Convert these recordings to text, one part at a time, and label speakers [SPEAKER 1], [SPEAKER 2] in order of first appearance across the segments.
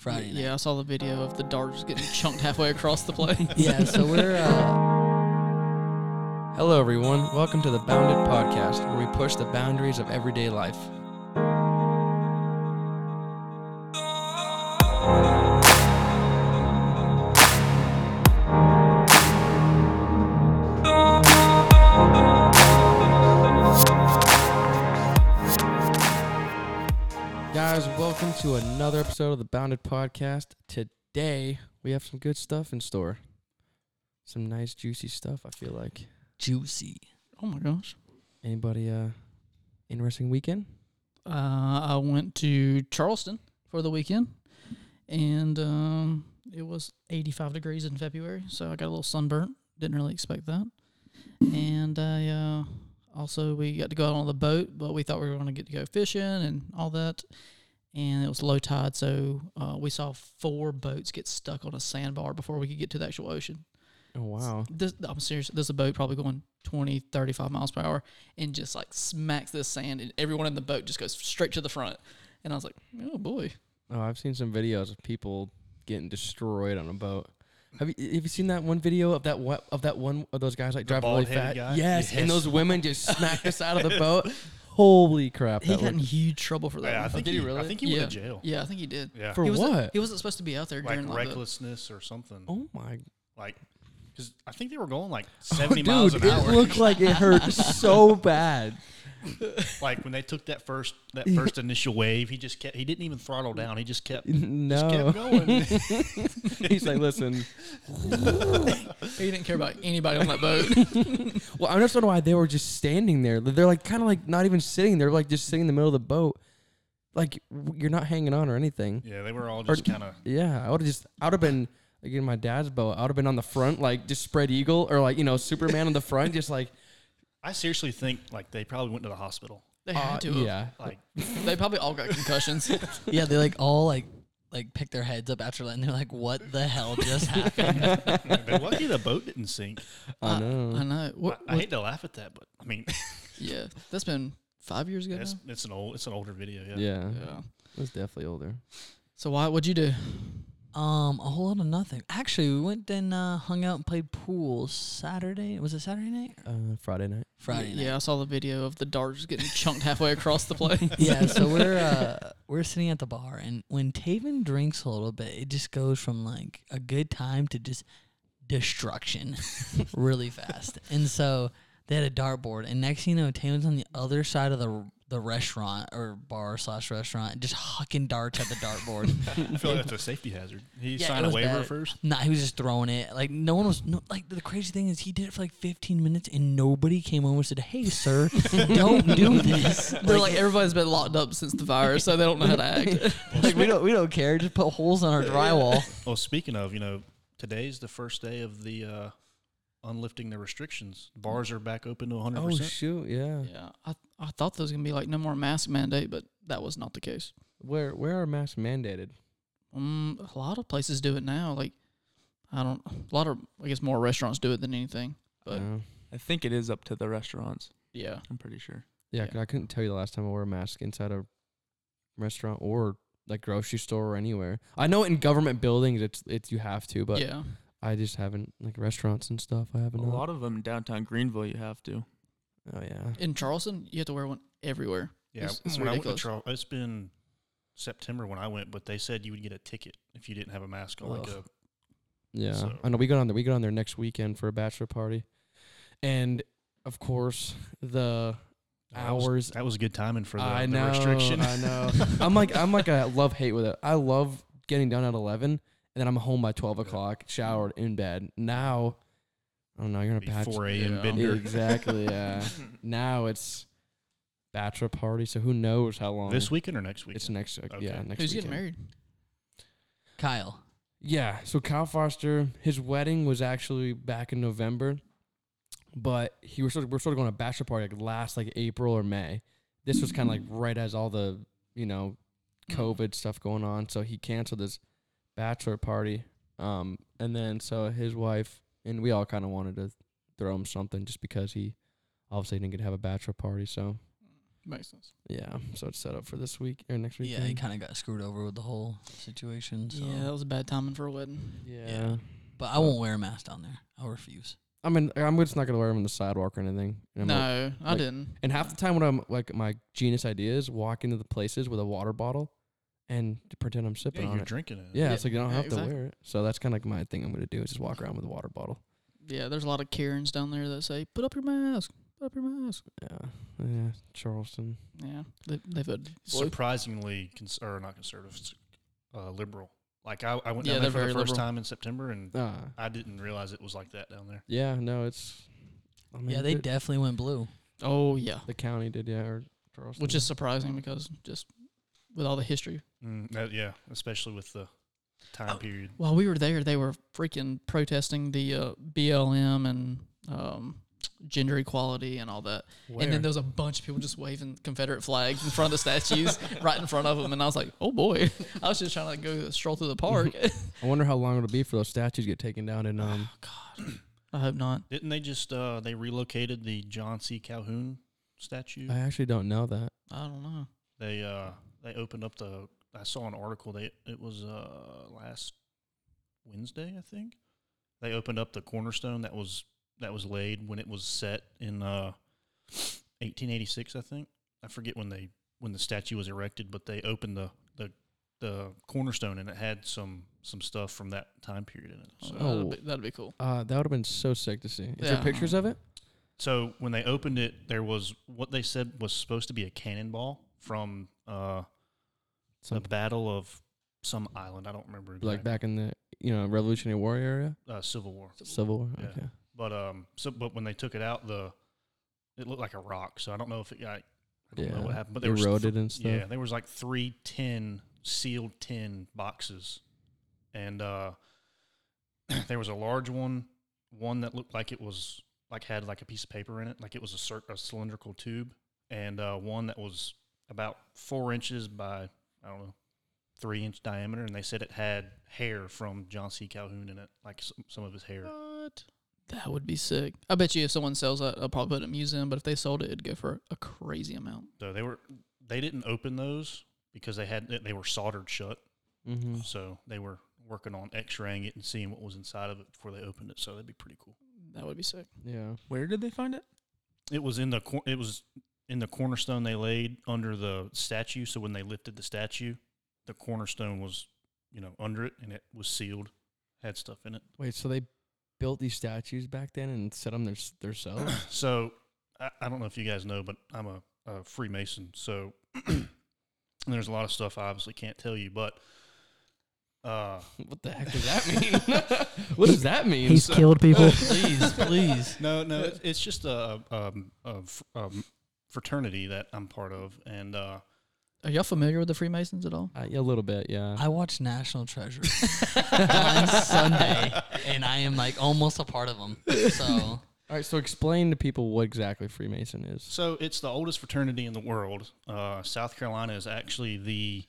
[SPEAKER 1] Friday night.
[SPEAKER 2] Yeah, I saw the video of the dart just getting chunked halfway across the play.
[SPEAKER 1] Yeah, so we're uh,
[SPEAKER 3] Hello, everyone. Welcome to the Bounded Podcast, where we push the boundaries of everyday life. Guys, welcome to another episode of the Bounded Podcast. Today, we have some good stuff in store. Some nice, juicy stuff, I feel like.
[SPEAKER 1] juicy.
[SPEAKER 2] Oh my gosh.
[SPEAKER 3] Anybody uh interesting weekend?
[SPEAKER 2] Uh, I went to Charleston for the weekend, and um, it was 85 degrees in February, so I got a little sunburnt. Didn't really expect that. And I uh, also we got to go out on the boat, but we thought we were going to get to go fishing and all that. And it was low tide, so uh, we saw four boats get stuck on a sandbar before we could get to the actual ocean.
[SPEAKER 3] Oh wow.
[SPEAKER 2] This, I'm serious. There's a boat probably going 20, 35 miles per hour and just like smacks the sand, and everyone in the boat just goes straight to the front. And I was like, oh boy.
[SPEAKER 3] Oh, I've seen some videos of people getting destroyed on a boat. Have you have you seen that one video of that what of that one of those guys like driving really fat?
[SPEAKER 4] bald-headed guy?
[SPEAKER 3] Yes, and
[SPEAKER 4] Yes.
[SPEAKER 3] those women just smacked us out of the boat. Holy crap!
[SPEAKER 2] He
[SPEAKER 3] That
[SPEAKER 2] got in
[SPEAKER 3] looked,
[SPEAKER 2] huge trouble for that.
[SPEAKER 4] Yeah, I
[SPEAKER 2] one.
[SPEAKER 4] think
[SPEAKER 3] did
[SPEAKER 4] he,
[SPEAKER 3] he really?
[SPEAKER 4] I think he
[SPEAKER 2] yeah.
[SPEAKER 4] went to jail.
[SPEAKER 2] Yeah, I think he did.
[SPEAKER 4] Yeah,
[SPEAKER 3] for
[SPEAKER 2] he wasn't-
[SPEAKER 3] what?
[SPEAKER 2] He wasn't supposed to be out there
[SPEAKER 4] like
[SPEAKER 2] during like the,
[SPEAKER 4] recklessness or something.
[SPEAKER 3] oh my!
[SPEAKER 4] Like, because I think they were going like
[SPEAKER 3] Oh,
[SPEAKER 4] 70
[SPEAKER 3] dude,
[SPEAKER 4] miles
[SPEAKER 3] it
[SPEAKER 4] an hour.
[SPEAKER 3] looked like it hurt so bad.
[SPEAKER 4] like when they took that first that first initial wave, he just kept. He didn't even throttle down. He just kept. Just
[SPEAKER 3] No,
[SPEAKER 4] kept going.
[SPEAKER 3] he's like, listen.
[SPEAKER 2] He didn't care about anybody on that boat.
[SPEAKER 3] Well, I just don't know why they were just standing there. They're like kind of like not even sitting. They're like just sitting in the middle of the boat, like w- you're not hanging on or anything.
[SPEAKER 4] yeah, they were all
[SPEAKER 3] Or-
[SPEAKER 4] just kind of.
[SPEAKER 3] Yeah, I would have just, I would have been like in my dad's boat. I would have been on the front, like just spread eagle or like you know Superman on the front, just like
[SPEAKER 4] I seriously think like they probably went to the hospital.
[SPEAKER 2] They
[SPEAKER 3] uh,
[SPEAKER 2] had to. have.
[SPEAKER 3] yeah.
[SPEAKER 4] Like
[SPEAKER 2] They probably all got concussions.
[SPEAKER 1] Yeah, they like all like like pick their heads up after that, and they're like, "What the hell just happened?"
[SPEAKER 4] they're lucky the boat didn't sink.
[SPEAKER 3] I know.
[SPEAKER 2] I know.
[SPEAKER 4] I,
[SPEAKER 2] What,
[SPEAKER 4] I hate to laugh at that, but I mean,
[SPEAKER 2] yeah, that's been five years ago.
[SPEAKER 4] it's, it's an old it's an older video. Yeah.
[SPEAKER 3] yeah,
[SPEAKER 2] now? Yeah.
[SPEAKER 3] it was definitely older.
[SPEAKER 2] So why? What'd you do?
[SPEAKER 1] um, a whole lot of nothing. Actually, we went and uh, hung out and played pool Saturday. Was it Saturday night?
[SPEAKER 3] Uh, Friday night.
[SPEAKER 1] Friday night.
[SPEAKER 2] Yeah, I saw the video of the dart just getting chunked halfway across the play.
[SPEAKER 1] yeah, so we're uh, we're sitting at the bar, and when Taven drinks a little bit, it just goes from like a good time to just destruction, really fast. And so they had a dartboard, and next thing you know, Taven's on the other side of the the restaurant or bar slash restaurant, just hucking darts at the dartboard.
[SPEAKER 4] I feel like that's a safety hazard. He
[SPEAKER 1] Yeah, it
[SPEAKER 4] signed a
[SPEAKER 1] was
[SPEAKER 4] waiver
[SPEAKER 1] bad.
[SPEAKER 4] first.
[SPEAKER 1] Nah, he was just throwing it. Like no one was. No, like the crazy thing is, he did it for like 15 minutes, and nobody came over and said, "Hey, sir, don't do this."
[SPEAKER 2] They're like everybody's been locked up since the virus, so they don't know how to act.
[SPEAKER 1] like we don't we don't care. Just put holes in our drywall.
[SPEAKER 4] Well, Oh, speaking of, you know, today's the first day of the uh, unlifting the restrictions. Bars are back open to 100%.
[SPEAKER 3] Oh shoot, yeah.
[SPEAKER 2] yeah, I I thought there was gonna be like no more mask mandate, but that was not the case.
[SPEAKER 3] Where where are masks mandated?
[SPEAKER 2] Um, a lot of places do it now. Like, I don't. A lot of I guess more restaurants do it than anything. But
[SPEAKER 3] No.
[SPEAKER 5] I think it is up to the restaurants.
[SPEAKER 2] yeah,
[SPEAKER 5] I'm pretty sure.
[SPEAKER 3] Yeah,
[SPEAKER 2] Yeah.
[SPEAKER 3] 'cause I couldn't tell you the last time I wore a mask inside a restaurant or like grocery store or anywhere. I know in government buildings it's it's you have to, but
[SPEAKER 2] yeah,
[SPEAKER 3] I just haven't like restaurants and stuff. I haven't.
[SPEAKER 5] a
[SPEAKER 3] not.
[SPEAKER 5] lot of them downtown Greenville, you have to.
[SPEAKER 3] Oh yeah.
[SPEAKER 2] in Charleston you have to wear one everywhere.
[SPEAKER 4] Yeah,
[SPEAKER 2] It's- it's
[SPEAKER 4] when I went to
[SPEAKER 2] ridiculous.
[SPEAKER 4] Charl- it's been September when I went, but they said you would get a ticket if you didn't have a mask on. Like a,
[SPEAKER 2] Ugh.
[SPEAKER 3] Yeah,
[SPEAKER 4] So-
[SPEAKER 3] I know. We got on there. We got on there next weekend for a bachelor party, and of course the
[SPEAKER 4] That was-
[SPEAKER 3] hours.
[SPEAKER 4] That was good timing for the,
[SPEAKER 3] I
[SPEAKER 4] the
[SPEAKER 3] know.
[SPEAKER 4] restriction.
[SPEAKER 3] I know. I'm like I'm like a love hate with it. I love getting done at eleven, and then I'm home by twelve
[SPEAKER 4] Yeah.
[SPEAKER 3] o'clock, showered in bed. Now, I don't know. You're in a
[SPEAKER 4] Be
[SPEAKER 3] bachelor.
[SPEAKER 4] 4 a.m.
[SPEAKER 2] Yeah.
[SPEAKER 4] bender.
[SPEAKER 3] Exactly. Yeah. now it's bachelor party, so who knows how long
[SPEAKER 4] This weekend or next weekend?
[SPEAKER 3] It's next. uh, Yeah,
[SPEAKER 4] Okay.
[SPEAKER 3] next. weekend.
[SPEAKER 2] Who's getting married?
[SPEAKER 1] Kyle,
[SPEAKER 3] Yeah, so Kyle Foster, his wedding was actually back in November, but he was sort of, we're sort of going to a bachelor party like last like April or May. This was kind of like right as all the you know
[SPEAKER 2] Mm.
[SPEAKER 3] COVID stuff going on, so he canceled his bachelor party. Um, and then so his wife and we all kind of wanted to throw him something just because he obviously didn't get to have a bachelor party. So
[SPEAKER 2] Makes sense.
[SPEAKER 3] Yeah, so it's set up for this week or next week.
[SPEAKER 1] Yeah, he kind of got screwed over with the whole situation. So.
[SPEAKER 2] Yeah, that was bad timing for a wedding.
[SPEAKER 3] yeah.
[SPEAKER 1] yeah. But I won't wear a mask down there. I refuse.
[SPEAKER 3] I mean, I'm just not gonna wear them on the sidewalk or anything. And I'm like-
[SPEAKER 2] no, I
[SPEAKER 3] like-
[SPEAKER 2] didn't.
[SPEAKER 3] and half the time when I'm like my genius ideas, walk into the places with a water bottle, and pretend I'm sipping
[SPEAKER 4] Yeah,
[SPEAKER 3] on
[SPEAKER 4] you're
[SPEAKER 3] it.
[SPEAKER 4] drinking it.
[SPEAKER 3] Yeah,
[SPEAKER 2] Yeah,
[SPEAKER 3] it's like you don't
[SPEAKER 2] yeah,
[SPEAKER 3] have
[SPEAKER 2] exactly.
[SPEAKER 3] to wear it. So that's kind of like my thing. I'm gonna do is just walk around with a water bottle.
[SPEAKER 2] Yeah, there's a lot of Karens down there that say, "Put up your mask. Put up your mask."
[SPEAKER 3] Yeah, yeah, Charleston.
[SPEAKER 2] Yeah, they uh, they voted. blue.
[SPEAKER 4] Surprisingly, cons- or not conservative, s- uh, liberal. Like I, I went
[SPEAKER 2] Yeah, they're
[SPEAKER 4] down there for the
[SPEAKER 2] very
[SPEAKER 4] first
[SPEAKER 2] liberal.
[SPEAKER 4] time in September, and
[SPEAKER 3] Uh,
[SPEAKER 4] I didn't realize it was like that down there.
[SPEAKER 3] yeah, no, it's. I mean,
[SPEAKER 1] yeah, they
[SPEAKER 3] the-
[SPEAKER 1] definitely went blue.
[SPEAKER 2] Oh yeah,
[SPEAKER 3] The county did, yeah, or Charleston.
[SPEAKER 2] which is surprising because just with all the history.
[SPEAKER 4] Mm, that- yeah, especially with the time
[SPEAKER 2] Oh.
[SPEAKER 4] period.
[SPEAKER 2] While we were there, they were freaking protesting the uh, BLM and um, gender equality and all that. And then there was a bunch of people just waving Confederate flags in front of the statues, right in front of them. And I was like, "Oh boy!" I was just trying to like, go stroll through the park.
[SPEAKER 3] I wonder how long it'll be for those statues get taken down in um
[SPEAKER 2] I hope not.
[SPEAKER 4] Didn't they just uh, they relocated the John C. Calhoun statue?
[SPEAKER 3] I actually don't know that.
[SPEAKER 2] I don't know.
[SPEAKER 4] They uh, they opened up the. I saw an article. They it was uh, last Wednesday, I think. They opened up the cornerstone that was that was laid when it was set in uh, 1886, I think. I forget when they when the statue was erected, but they opened the the, the cornerstone and it had some some stuff from that time period in it. So,
[SPEAKER 2] Oh,
[SPEAKER 3] Oh.
[SPEAKER 2] that'd, be, that'd be cool.
[SPEAKER 3] Uh, that would have been so sick to see. Is there
[SPEAKER 2] Yeah.
[SPEAKER 3] pictures of it?
[SPEAKER 4] so when they opened it, there was what they said was supposed to be a cannonball from uh, the
[SPEAKER 3] Some,
[SPEAKER 4] Battle of some island. I don't remember exactly.
[SPEAKER 3] like back in the you know Revolutionary War area,
[SPEAKER 4] uh, Civil War.
[SPEAKER 3] Civil War.
[SPEAKER 4] Yeah.
[SPEAKER 3] Okay.
[SPEAKER 4] But um, so but when they took it out, the it looked like a rock. So I don't know if it, I, I don't know
[SPEAKER 3] Yeah.
[SPEAKER 4] what happened. But there was
[SPEAKER 3] Eroded and stuff.
[SPEAKER 4] yeah, there was like three tin sealed tin boxes, and uh, there was a large one, one that looked like it was like had like a piece of paper in it, like it was a, cir- a cylindrical tube, and uh, one that was about four inches by I don't know three inch diameter, and they said it had hair from John C. Calhoun in it, like some, some of his hair.
[SPEAKER 2] What? That would be sick. I bet you if someone sells that, I'll probably put it in a museum. But if they sold it, it'd go for a crazy amount.
[SPEAKER 4] So they were they didn't open those because they had they were soldered shut.
[SPEAKER 3] Mm-hmm.
[SPEAKER 4] So they were working on X-raying it and seeing what was inside of it before they opened it. So that'd be pretty cool.
[SPEAKER 2] That would be sick.
[SPEAKER 3] Yeah.
[SPEAKER 5] Where did they find it?
[SPEAKER 4] It was in the cor- it was in the cornerstone they laid under the statue. So when they lifted the statue, the cornerstone was you know under it and it was sealed, had stuff in it.
[SPEAKER 3] Wait, so they built these statues back then and set them their themselves?
[SPEAKER 4] So I, I don't know if you guys know, but I'm a, a Freemason. So there's a lot of stuff I obviously can't tell you, but. Uh,
[SPEAKER 3] what the heck does that mean? what does that mean? So-
[SPEAKER 1] killed people. please, please.
[SPEAKER 4] No, no, it's, it's just a, um, a, fr- um fraternity that I'm part of, and uh,
[SPEAKER 2] Are y'all familiar with the Freemasons at all?
[SPEAKER 3] Uh, yeah, a little bit, yeah.
[SPEAKER 1] I watched National Treasure on Sunday, and I am like almost a part of them. So
[SPEAKER 3] All right, so explain to people what exactly Freemason is.
[SPEAKER 4] so it's the oldest fraternity in the world. Uh, South Carolina is actually the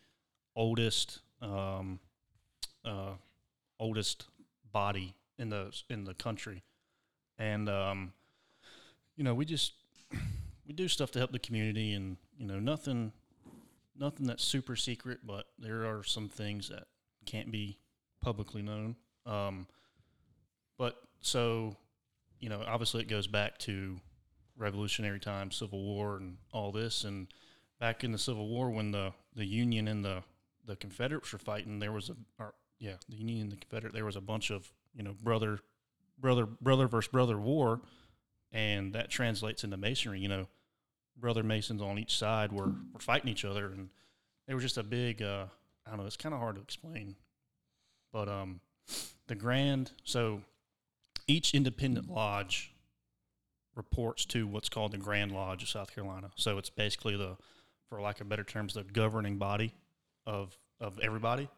[SPEAKER 4] oldest, um, uh, oldest body in the in the country, and um, you know we just we do stuff to help the community, and you know nothing nothing that's super secret, but there are some things that can't be publicly known. Um, but so, you know, obviously it goes back to Revolutionary time, Civil War, and all this. And back in the Civil War, when the the Union and the the Confederates were fighting, there was a or, yeah, the Union and the Confederate. There was a bunch of you know brother, brother, brother versus brother war, and that translates into Masonry. You know, brother Masons on each side were were fighting each other, and they were just a big. Uh, I don't know. It's kind of hard to explain, but um, the grand so each independent lodge reports to what's called the Grand Lodge of South Carolina. So it's basically the, for lack of better terms, the governing body of of everybody.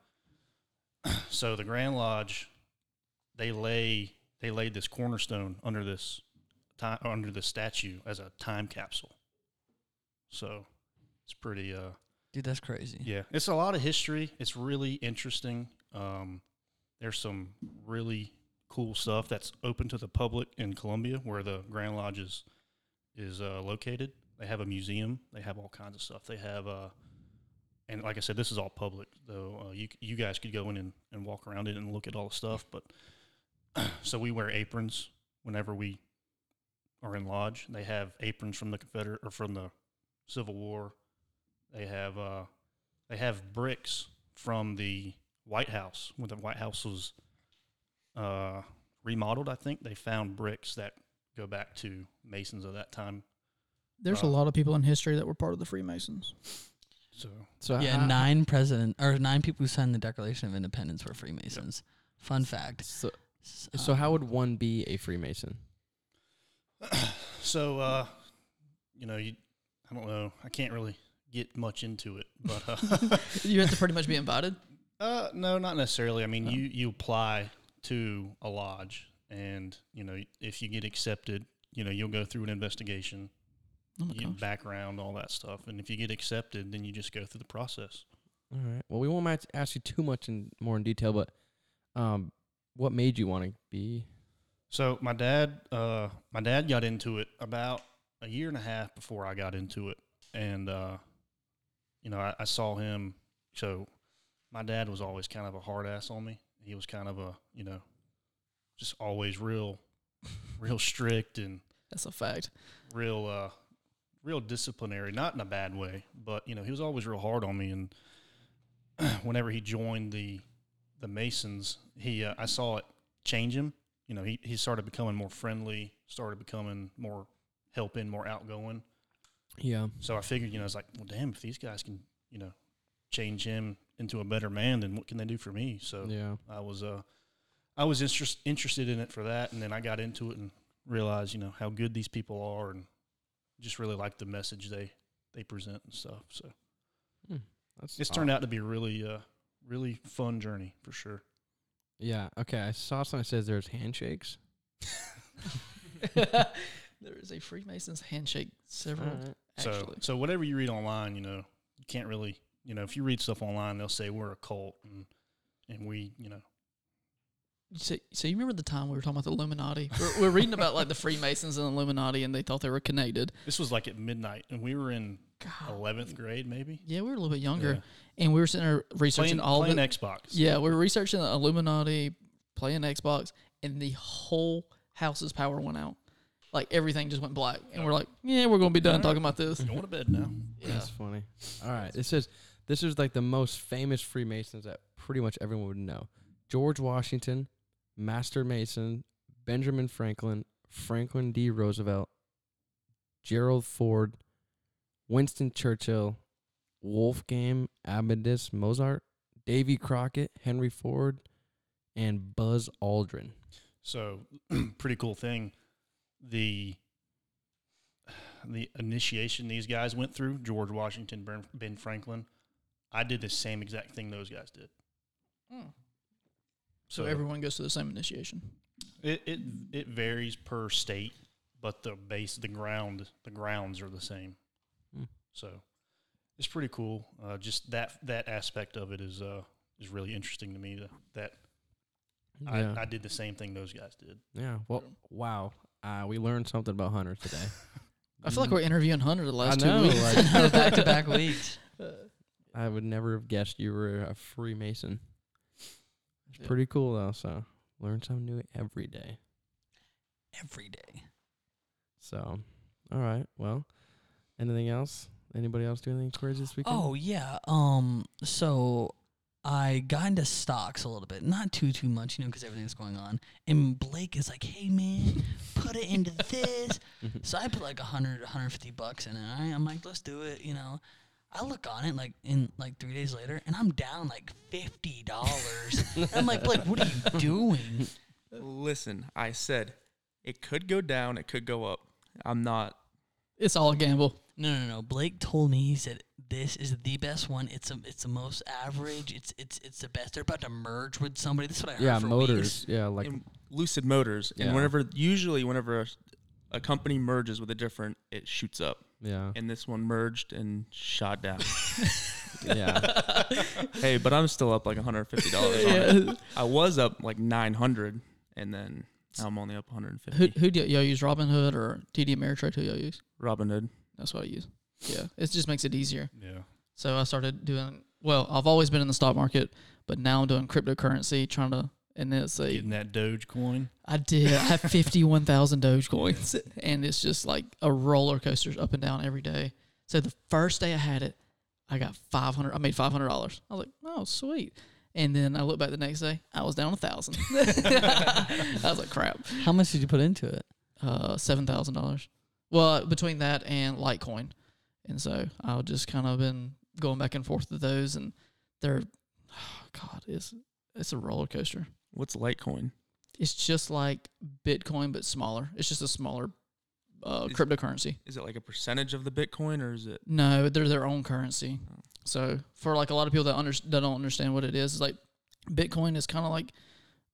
[SPEAKER 4] so the Grand Lodge, they lay they laid this cornerstone under this time under the statue as a time capsule. So it's pretty uh
[SPEAKER 1] dude, that's crazy.
[SPEAKER 4] yeah, it's a lot of history. It's really interesting. Um, there's some really cool stuff that's open to the public in Columbia, where the Grand Lodge is is uh, located. They have a museum. They have all kinds of stuff. They have, uh, and like I said, this is all public, though. Uh, you c- you guys could go in and, and walk around it and look at all the stuff. But so we wear aprons whenever we are in lodge. They have aprons from the Confederate or from the Civil War. They have uh, they have bricks from the White House when the White House was uh, remodeled. I think they found bricks that go back to masons of that time.
[SPEAKER 2] There's a
[SPEAKER 4] Uh,
[SPEAKER 2] lot of people in history that were part of the Freemasons.
[SPEAKER 4] So
[SPEAKER 3] So
[SPEAKER 1] Yeah,
[SPEAKER 3] how-
[SPEAKER 1] nine president or nine people who signed the Declaration of Independence were Freemasons. Fun fact.
[SPEAKER 3] So, so how would one be a Freemason?
[SPEAKER 4] so uh, you know you, I don't know. I can't really get much into it, but uh,
[SPEAKER 2] You have to pretty much be invited. Oh.
[SPEAKER 4] Uh, no, not necessarily. I mean,
[SPEAKER 2] No.
[SPEAKER 4] you you apply to a lodge, and you know if you get accepted, you know you'll go through an investigation,
[SPEAKER 2] Oh my
[SPEAKER 4] you
[SPEAKER 2] gosh.
[SPEAKER 4] background, all that stuff, and if you get accepted, then you just go through the process.
[SPEAKER 3] All right. Well, we won't mat- ask you too much in more in detail, but um, what made you want to be?
[SPEAKER 4] So my dad, uh, my dad got into it about a year and a half before I got into it, and uh, you know I, I saw him. So my dad was always kind of a hard ass on me. He was kind of a you know just always real, real strict and
[SPEAKER 2] That's a fact.
[SPEAKER 4] real uh real disciplinary not in a bad way but you know he was always real hard on me and whenever he joined the the masons he uh, i saw it change him you know he, he started becoming more friendly started becoming more helping more outgoing
[SPEAKER 3] Yeah.
[SPEAKER 4] so i figured you know i was like well damn if these guys can you know change him into a better man then what can they do for me so
[SPEAKER 3] Yeah.
[SPEAKER 4] I was uh, I was interest, interested in it for that, and then I got into it and realized, you know, how good these people are, and just really like the message they they present and stuff. So
[SPEAKER 3] That's
[SPEAKER 4] it's turned out to be a really uh, really fun journey for sure.
[SPEAKER 3] Yeah. Okay. I saw something that says there's handshakes.
[SPEAKER 2] there is a Freemasons handshake several
[SPEAKER 4] Mm. So
[SPEAKER 2] actually.
[SPEAKER 4] so whatever you read online, you know, you can't really, you know, if you read stuff online, they'll say we're a cult, and and we, you know,
[SPEAKER 2] So, so you remember the time we were talking about the Illuminati? We're, we're reading about like the Freemasons and Illuminati, and they thought they were connected.
[SPEAKER 4] this was like at midnight, and we were in
[SPEAKER 2] God.
[SPEAKER 4] eleventh grade maybe.
[SPEAKER 2] Yeah, we were a little bit younger,
[SPEAKER 4] Yeah.
[SPEAKER 2] and we were sitting there researching
[SPEAKER 4] Playing,
[SPEAKER 2] all
[SPEAKER 4] playing
[SPEAKER 2] the.
[SPEAKER 4] Xbox.
[SPEAKER 2] yeah, we were researching the Illuminati, playing Xbox, and the whole house's power went out. Like everything just went black, and we're like, "Yeah, we're gonna be done talking about this."
[SPEAKER 4] Going to bed now.
[SPEAKER 2] Yeah,
[SPEAKER 3] That's funny. All right. It says this is like the most famous Freemasons that pretty much everyone would know: George Washington, Master Mason, Benjamin Franklin, Franklin D. Roosevelt, Gerald Ford, Winston Churchill, Wolfgang Amadeus Mozart, Davy Crockett, Henry Ford, and Buzz Aldrin.
[SPEAKER 4] So, pretty cool thing. The the initiation these guys went through, George Washington, Ben- Ben Franklin, I did the same exact thing those guys did.
[SPEAKER 2] Hmm.
[SPEAKER 4] So,
[SPEAKER 2] so everyone goes to the same initiation.
[SPEAKER 4] it, it it varies per state, but the base, the ground, the grounds are the same.
[SPEAKER 3] Hmm.
[SPEAKER 4] So it's pretty cool. Uh, just that that aspect of it is uh, is really interesting to me. That, that
[SPEAKER 3] yeah.
[SPEAKER 4] I, I did the same thing those guys did.
[SPEAKER 3] yeah. Well, wow. Uh, we learned something about Hunter today.
[SPEAKER 2] I feel like we're interviewing Hunter the last
[SPEAKER 3] Mm. know,
[SPEAKER 2] two weeks. Uh,
[SPEAKER 3] like-
[SPEAKER 1] back to back weeks.
[SPEAKER 3] I would never have guessed you were a Freemason. It's
[SPEAKER 2] Yeah.
[SPEAKER 3] pretty cool though, so learn something new every day.
[SPEAKER 1] Every day.
[SPEAKER 3] So all right, well. Anything else? Anybody else do anything crazy this weekend?
[SPEAKER 1] Oh yeah. Um. So I got into stocks a little bit, not too too much, you know, because everything's going on. And Blake is like, "Hey man, put it into this." so I put like 100, 150 bucks in it. all right? I'm like, "Let's do it," you know. I look on it like in like three days later, and I'm down like fifty dollars. I'm like, Blake, what are you doing?
[SPEAKER 5] Listen, I said it could go down, it could go up. I'm not.
[SPEAKER 2] It's all a gamble.
[SPEAKER 1] No, no, no. Blake told me he said this is the best one. It's a, it's the most average. It's it's it's the best. They're about to merge with somebody. That's what I heard.
[SPEAKER 3] yeah,
[SPEAKER 1] for
[SPEAKER 3] motors.
[SPEAKER 1] weeks.
[SPEAKER 3] Yeah, like
[SPEAKER 5] in Lucid Motors,
[SPEAKER 3] Yeah.
[SPEAKER 5] and whenever usually whenever a, a company merges with a different, it shoots up.
[SPEAKER 3] yeah.
[SPEAKER 5] And this one merged and shot down.
[SPEAKER 3] yeah.
[SPEAKER 5] hey, but I'm still up like 150 dollars on it. I was up like 900, and then now I'm only up
[SPEAKER 2] Who
[SPEAKER 5] 150.
[SPEAKER 2] who do y'all use? Robin Hood or TD Ameritrade? Who y'all use?
[SPEAKER 5] Robin Hood.
[SPEAKER 2] That's what I use. Yeah, it just makes it easier.
[SPEAKER 4] Yeah.
[SPEAKER 2] So I started doing. Well, I've always been in the stock market, but now I'm doing cryptocurrency, trying to. And it's a
[SPEAKER 4] Getting that Doge coin.
[SPEAKER 2] I did. I have 51,000 Dogecoins, and it's just like a roller coaster up and down every day. So the first day I had it, I got 500. I made $500. I was like, oh, sweet. And then I looked back the next day, I was down a thousand. I was like, crap,
[SPEAKER 1] How much did you put into it?
[SPEAKER 2] uh, seven thousand dollars. Well, between that and Litecoin, and so I've just kind of been going back and forth with those, and they're, oh God, it's it's a roller coaster.
[SPEAKER 5] What's Litecoin?
[SPEAKER 2] It's just like Bitcoin, but smaller. It's just a smaller uh,
[SPEAKER 5] Is-
[SPEAKER 2] cryptocurrency.
[SPEAKER 5] Is it like a percentage of the Bitcoin or is it?
[SPEAKER 2] No, they're their own currency.
[SPEAKER 5] Oh.
[SPEAKER 2] So for like a lot of people that under that don't understand what it is, it's like Bitcoin is kind of like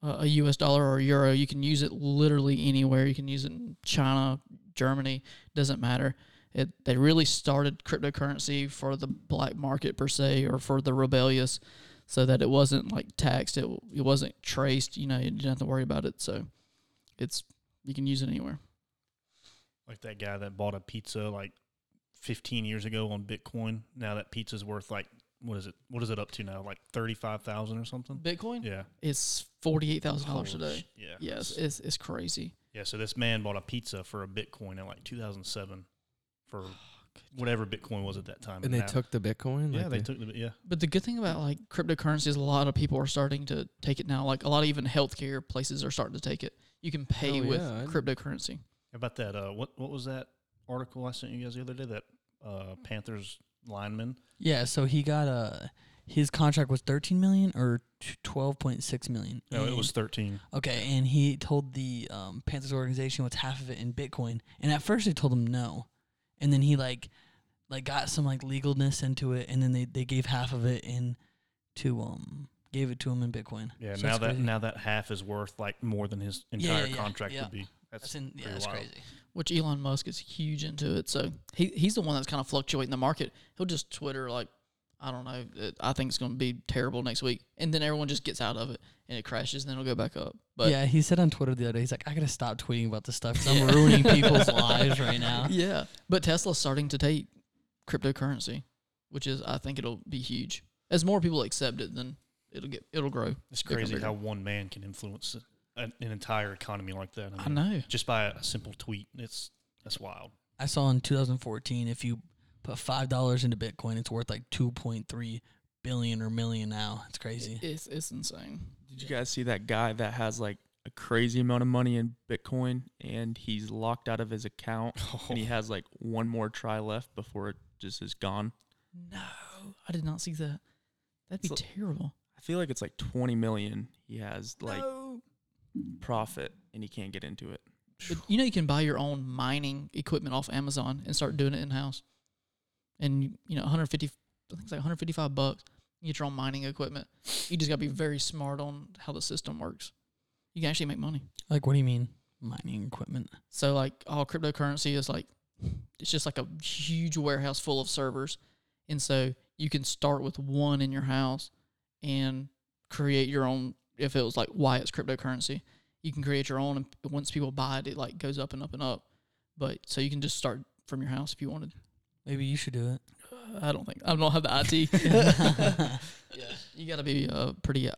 [SPEAKER 2] a a U.S. dollar or a euro. You can use it literally anywhere. You can use it in China, Germany, doesn't matter. It, they really started cryptocurrency for the black market per se, or for the rebellious, so that it wasn't like taxed. It it wasn't traced. You know, you didn't have to worry about it. So it's you can use it anywhere.
[SPEAKER 4] Like that guy that bought a pizza like 15 years ago on Bitcoin. Now that pizza's worth like, what is it? What is it up to now? Like 35,000 or something?
[SPEAKER 2] Bitcoin
[SPEAKER 4] Hmm. Yeah.
[SPEAKER 2] it's forty eight thousand dollars
[SPEAKER 4] Holy
[SPEAKER 2] today.
[SPEAKER 4] sh- Yeah.
[SPEAKER 2] Yes, it's it's crazy.
[SPEAKER 4] Yeah. So this man bought a pizza for a Bitcoin in like 2007
[SPEAKER 1] Oh,
[SPEAKER 4] for whatever Bitcoin was at that time.
[SPEAKER 3] And they
[SPEAKER 4] now-
[SPEAKER 3] took the Bitcoin.
[SPEAKER 4] Yeah,
[SPEAKER 3] Like,
[SPEAKER 4] they took the yeah.
[SPEAKER 2] But the good thing about like cryptocurrency is a lot of people are starting to take it now. Like a lot of even healthcare places are starting to take it. You can pay
[SPEAKER 3] Hell
[SPEAKER 2] with
[SPEAKER 3] yeah, I-
[SPEAKER 2] cryptocurrency.
[SPEAKER 4] How about that? Uh, what what was that article I sent you guys the other day? That uh, Panthers lineman.
[SPEAKER 1] Yeah, so he got a his contract was 13 million or t- 12.6 million.
[SPEAKER 4] No, it
[SPEAKER 1] and-
[SPEAKER 4] was thirteen.
[SPEAKER 1] Okay, and he told the um, Panthers organization what's half of it in Bitcoin, and at first they told him no, and then he like like got some like legalness into it, and then they, they gave half of it in to um gave it to him in Bitcoin.
[SPEAKER 4] Yeah.
[SPEAKER 1] So
[SPEAKER 4] now
[SPEAKER 1] that's
[SPEAKER 4] that
[SPEAKER 1] crazy.
[SPEAKER 4] now that half is worth like more than his
[SPEAKER 1] Yeah,
[SPEAKER 4] entire
[SPEAKER 1] yeah, yeah,
[SPEAKER 4] contract
[SPEAKER 1] yeah.
[SPEAKER 4] would be. That's,
[SPEAKER 1] that's in, yeah,
[SPEAKER 4] pretty
[SPEAKER 1] that's
[SPEAKER 4] wild.
[SPEAKER 1] crazy.
[SPEAKER 2] Which Elon Musk is huge into it. So he he's the one that's kind of fluctuating the market. He'll just Twitter like, I don't know, uh, I think it's going to be terrible next week, and then everyone just gets out of it and it crashes, and then it'll go back up. But
[SPEAKER 1] yeah, he said on Twitter the other day, he's like, I gotta stop tweeting about this stuff 'cause
[SPEAKER 2] Yeah.
[SPEAKER 1] I'm ruining people's lives right now.
[SPEAKER 2] yeah. But Tesla's starting to take cryptocurrency, which is I think it'll be huge. As more people accept it, then it'll get it'll grow.
[SPEAKER 4] It's
[SPEAKER 2] Bigger,
[SPEAKER 4] crazy
[SPEAKER 2] bigger.
[SPEAKER 4] how one man can influence an, an entire economy like that.
[SPEAKER 2] I know.
[SPEAKER 4] Just by a simple tweet, it's that's wild.
[SPEAKER 1] I saw in 2014 if you put five dollars into Bitcoin, it's worth like 2.3 billion or million now. It's crazy.
[SPEAKER 2] It's it's insane.
[SPEAKER 5] Did you guys see that guy that has like a crazy amount of money in Bitcoin and he's locked out of his account and he has like one more try left before it just is gone?
[SPEAKER 2] No, I did not see that. That'd be
[SPEAKER 5] It's
[SPEAKER 2] terrible.
[SPEAKER 5] I feel like it's like 20 million he has like profit and he can't get into it.
[SPEAKER 2] But you know you can buy your own mining equipment off Amazon and start doing it in house. And you, you know 150 I think it's like 155 bucks. You get your own mining equipment. You just got to be very smart on how the system works. You can actually make money.
[SPEAKER 1] Like, what do you mean mining equipment?
[SPEAKER 2] So like all cryptocurrency is like it's just like a huge warehouse full of servers. And so you can start with one in your house and create your own if it was like why it's cryptocurrency. You can create your own and once people buy it it like goes up and up and up. But so you can just start from your house if you wanted.
[SPEAKER 1] Maybe you should do it.
[SPEAKER 2] I don't think I don't have the IT. yeah. You got to be uh, pretty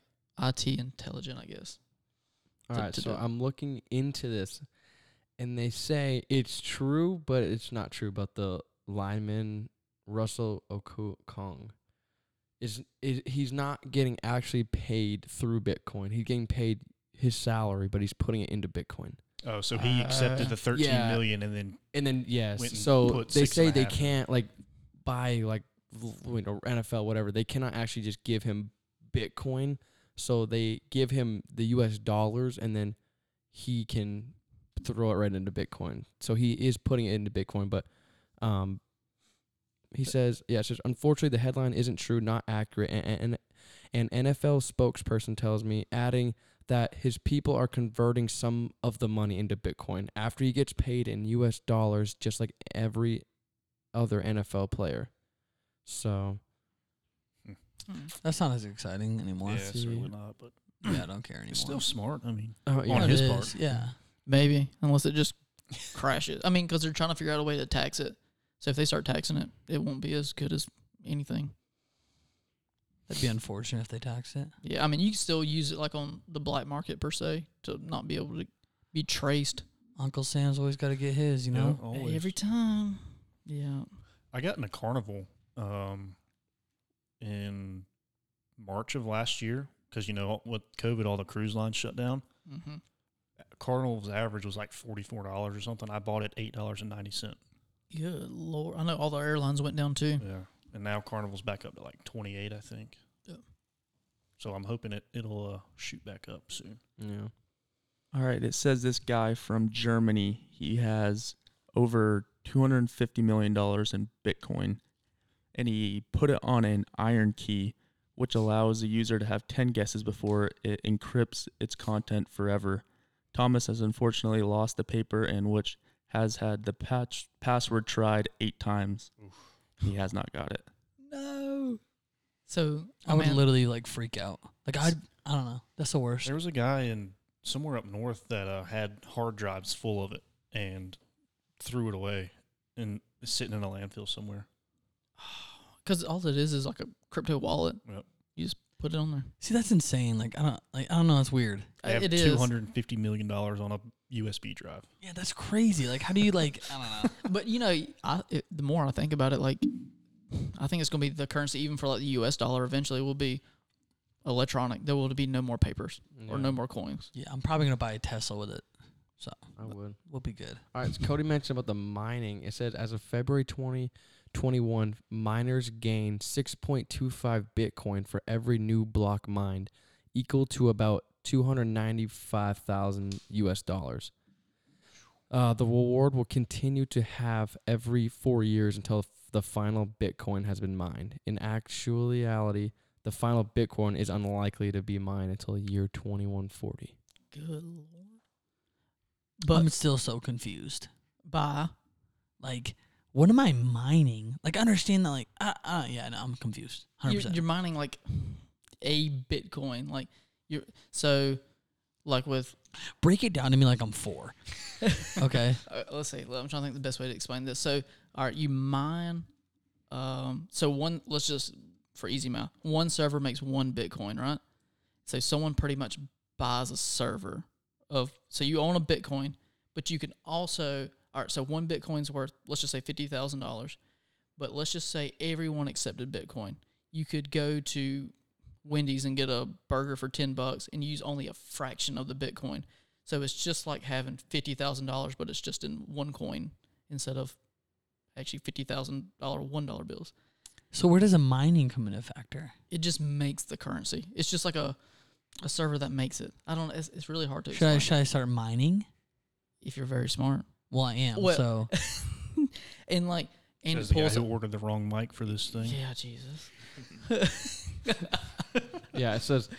[SPEAKER 2] IT intelligent, I guess.
[SPEAKER 3] All
[SPEAKER 2] to-
[SPEAKER 3] right,
[SPEAKER 2] to
[SPEAKER 3] so
[SPEAKER 2] do.
[SPEAKER 3] I'm looking into this, and they say it's true, but it's not true about the lineman Russell Okung. Is is he's not getting actually paid through Bitcoin? He's getting paid his salary, but he's putting it into Bitcoin.
[SPEAKER 4] Oh, so he accepted
[SPEAKER 2] Uh,
[SPEAKER 4] the thirteen million
[SPEAKER 3] yeah.
[SPEAKER 4] and then
[SPEAKER 3] And then yes,
[SPEAKER 4] Went and
[SPEAKER 3] so
[SPEAKER 4] put
[SPEAKER 3] they
[SPEAKER 4] six and
[SPEAKER 3] say
[SPEAKER 4] a
[SPEAKER 3] they
[SPEAKER 4] half in.
[SPEAKER 3] can't like buy like l- you know NFL whatever. They cannot actually just give him Bitcoin. So they give him the U.S. dollars, and then he can throw it right into Bitcoin. So he is putting it into Bitcoin, but um, he says, yeah, it says unfortunately the headline isn't true, not accurate, and an NFL spokesperson tells me, adding that his people are converting some of the money into Bitcoin after he gets paid in U.S. dollars, just like every other NFL player. So
[SPEAKER 1] That's not as exciting anymore.
[SPEAKER 4] yeah,
[SPEAKER 1] Yeah,
[SPEAKER 4] certainly not. But
[SPEAKER 1] I don't care anymore.
[SPEAKER 4] it's still smart. I mean,
[SPEAKER 3] oh,
[SPEAKER 4] on
[SPEAKER 1] It
[SPEAKER 4] his
[SPEAKER 1] is,
[SPEAKER 4] part.
[SPEAKER 1] Yeah.
[SPEAKER 2] Maybe unless it just crashes. I mean, because they're trying to figure out a way to tax it. So if they start taxing it, it won't be as good as anything.
[SPEAKER 1] That'd be unfortunate if they tax it.
[SPEAKER 2] Yeah, I mean, you can still use it like on the black market per se to not be able to be traced
[SPEAKER 1] Uncle Sam's always got to get his, you
[SPEAKER 4] Yeah, Oh.
[SPEAKER 1] know.
[SPEAKER 4] always.
[SPEAKER 2] every time. Yeah.
[SPEAKER 4] I got in a carnival um, in March of last year because you know with COVID, all the cruise lines shut down.
[SPEAKER 2] Mm-hmm.
[SPEAKER 4] Carnival's average was like forty four dollars or something. I bought it eight dollars and ninety cent.
[SPEAKER 2] Good lord! I know all the airlines went down too.
[SPEAKER 4] Yeah, and now Carnival's back up to like twenty eight, I think.
[SPEAKER 2] Yeah.
[SPEAKER 4] So I'm hoping it it'll uh, shoot back up soon.
[SPEAKER 3] Yeah.
[SPEAKER 5] All right. It says this guy from Germany, he has over $250 million in Bitcoin and he put it on an iron key, which allows the user to have 10 guesses before it encrypts its content forever. Thomas has unfortunately lost the paper and which has had the patch password tried eight times. He has not got it.
[SPEAKER 2] No. So
[SPEAKER 1] I would
[SPEAKER 2] man,
[SPEAKER 1] literally like freak out. Like I, I don't know. That's the worst.
[SPEAKER 4] There was a guy in somewhere up north that uh, had hard drives full of it and threw it away and it's sitting in a landfill somewhere.
[SPEAKER 2] because all it is is like a crypto wallet.
[SPEAKER 4] Yep.
[SPEAKER 2] You just put it on there.
[SPEAKER 1] See, that's insane. Like I don't, like I don't know. It's weird.
[SPEAKER 4] I have
[SPEAKER 2] Uh, it
[SPEAKER 4] two
[SPEAKER 2] is.
[SPEAKER 4] hundred and fifty million dollars on a USB drive.
[SPEAKER 1] Yeah, that's crazy. Like how do you like? I don't know.
[SPEAKER 2] But you know, I, it, the more I think about it, like I think it's going to be the currency even for like the U.S. dollar. Eventually, will be electronic. There will be no more papers or no more coins.
[SPEAKER 1] Yeah, I'm probably gonna buy a Tesla with it.
[SPEAKER 3] I would.
[SPEAKER 1] We'll be good.
[SPEAKER 3] All right. So Cody mentioned about the mining. It says as of February 2021, miners gain 6.25 Bitcoin for every new block mined, equal to about 295,000 US dollars. Uh, the reward will continue to have every four years until f- the final Bitcoin has been mined. In actuality, the final Bitcoin is unlikely to be mined until year 2140.
[SPEAKER 2] Good lord!
[SPEAKER 1] But I'm
[SPEAKER 2] But
[SPEAKER 1] still so confused.
[SPEAKER 2] by
[SPEAKER 1] Like, what am I mining? Like, I understand that. Like, uh, uh, yeah, no, I'm confused. 100.
[SPEAKER 2] you're,
[SPEAKER 1] percent
[SPEAKER 2] you're mining like a Bitcoin, like you're so like with
[SPEAKER 1] Break it down to me like I'm four. okay.
[SPEAKER 2] uh, let's see. I'm trying to think the best way to explain this. So, all right, you mine. Um, so one, let's just for easy math, one server makes one Bitcoin, right? So someone pretty much buys a server of. So you own a Bitcoin, but you can also all right. So one Bitcoin's worth, let's just say fifty thousand dollars, but let's just say everyone accepted Bitcoin. You could go to Wendy's and get a burger for ten bucks and use only a fraction of the Bitcoin. So it's just like having fifty thousand dollars, but it's just in one coin instead of actually fifty thousand dollar one dollar bills.
[SPEAKER 1] So where does a mining come into factor?
[SPEAKER 2] It just makes the currency. It's just like a a server that makes it. I don't. It's, it's really hard to
[SPEAKER 1] Should I
[SPEAKER 2] explain
[SPEAKER 1] should I start mining?
[SPEAKER 2] if you're very smart
[SPEAKER 1] Well, I am.
[SPEAKER 2] Well-
[SPEAKER 1] so
[SPEAKER 2] and like and
[SPEAKER 4] Says
[SPEAKER 2] it
[SPEAKER 4] the guy
[SPEAKER 2] pulls.
[SPEAKER 4] who ordered the wrong mic for this thing.
[SPEAKER 2] yeah, Jesus.
[SPEAKER 3] yeah, it says,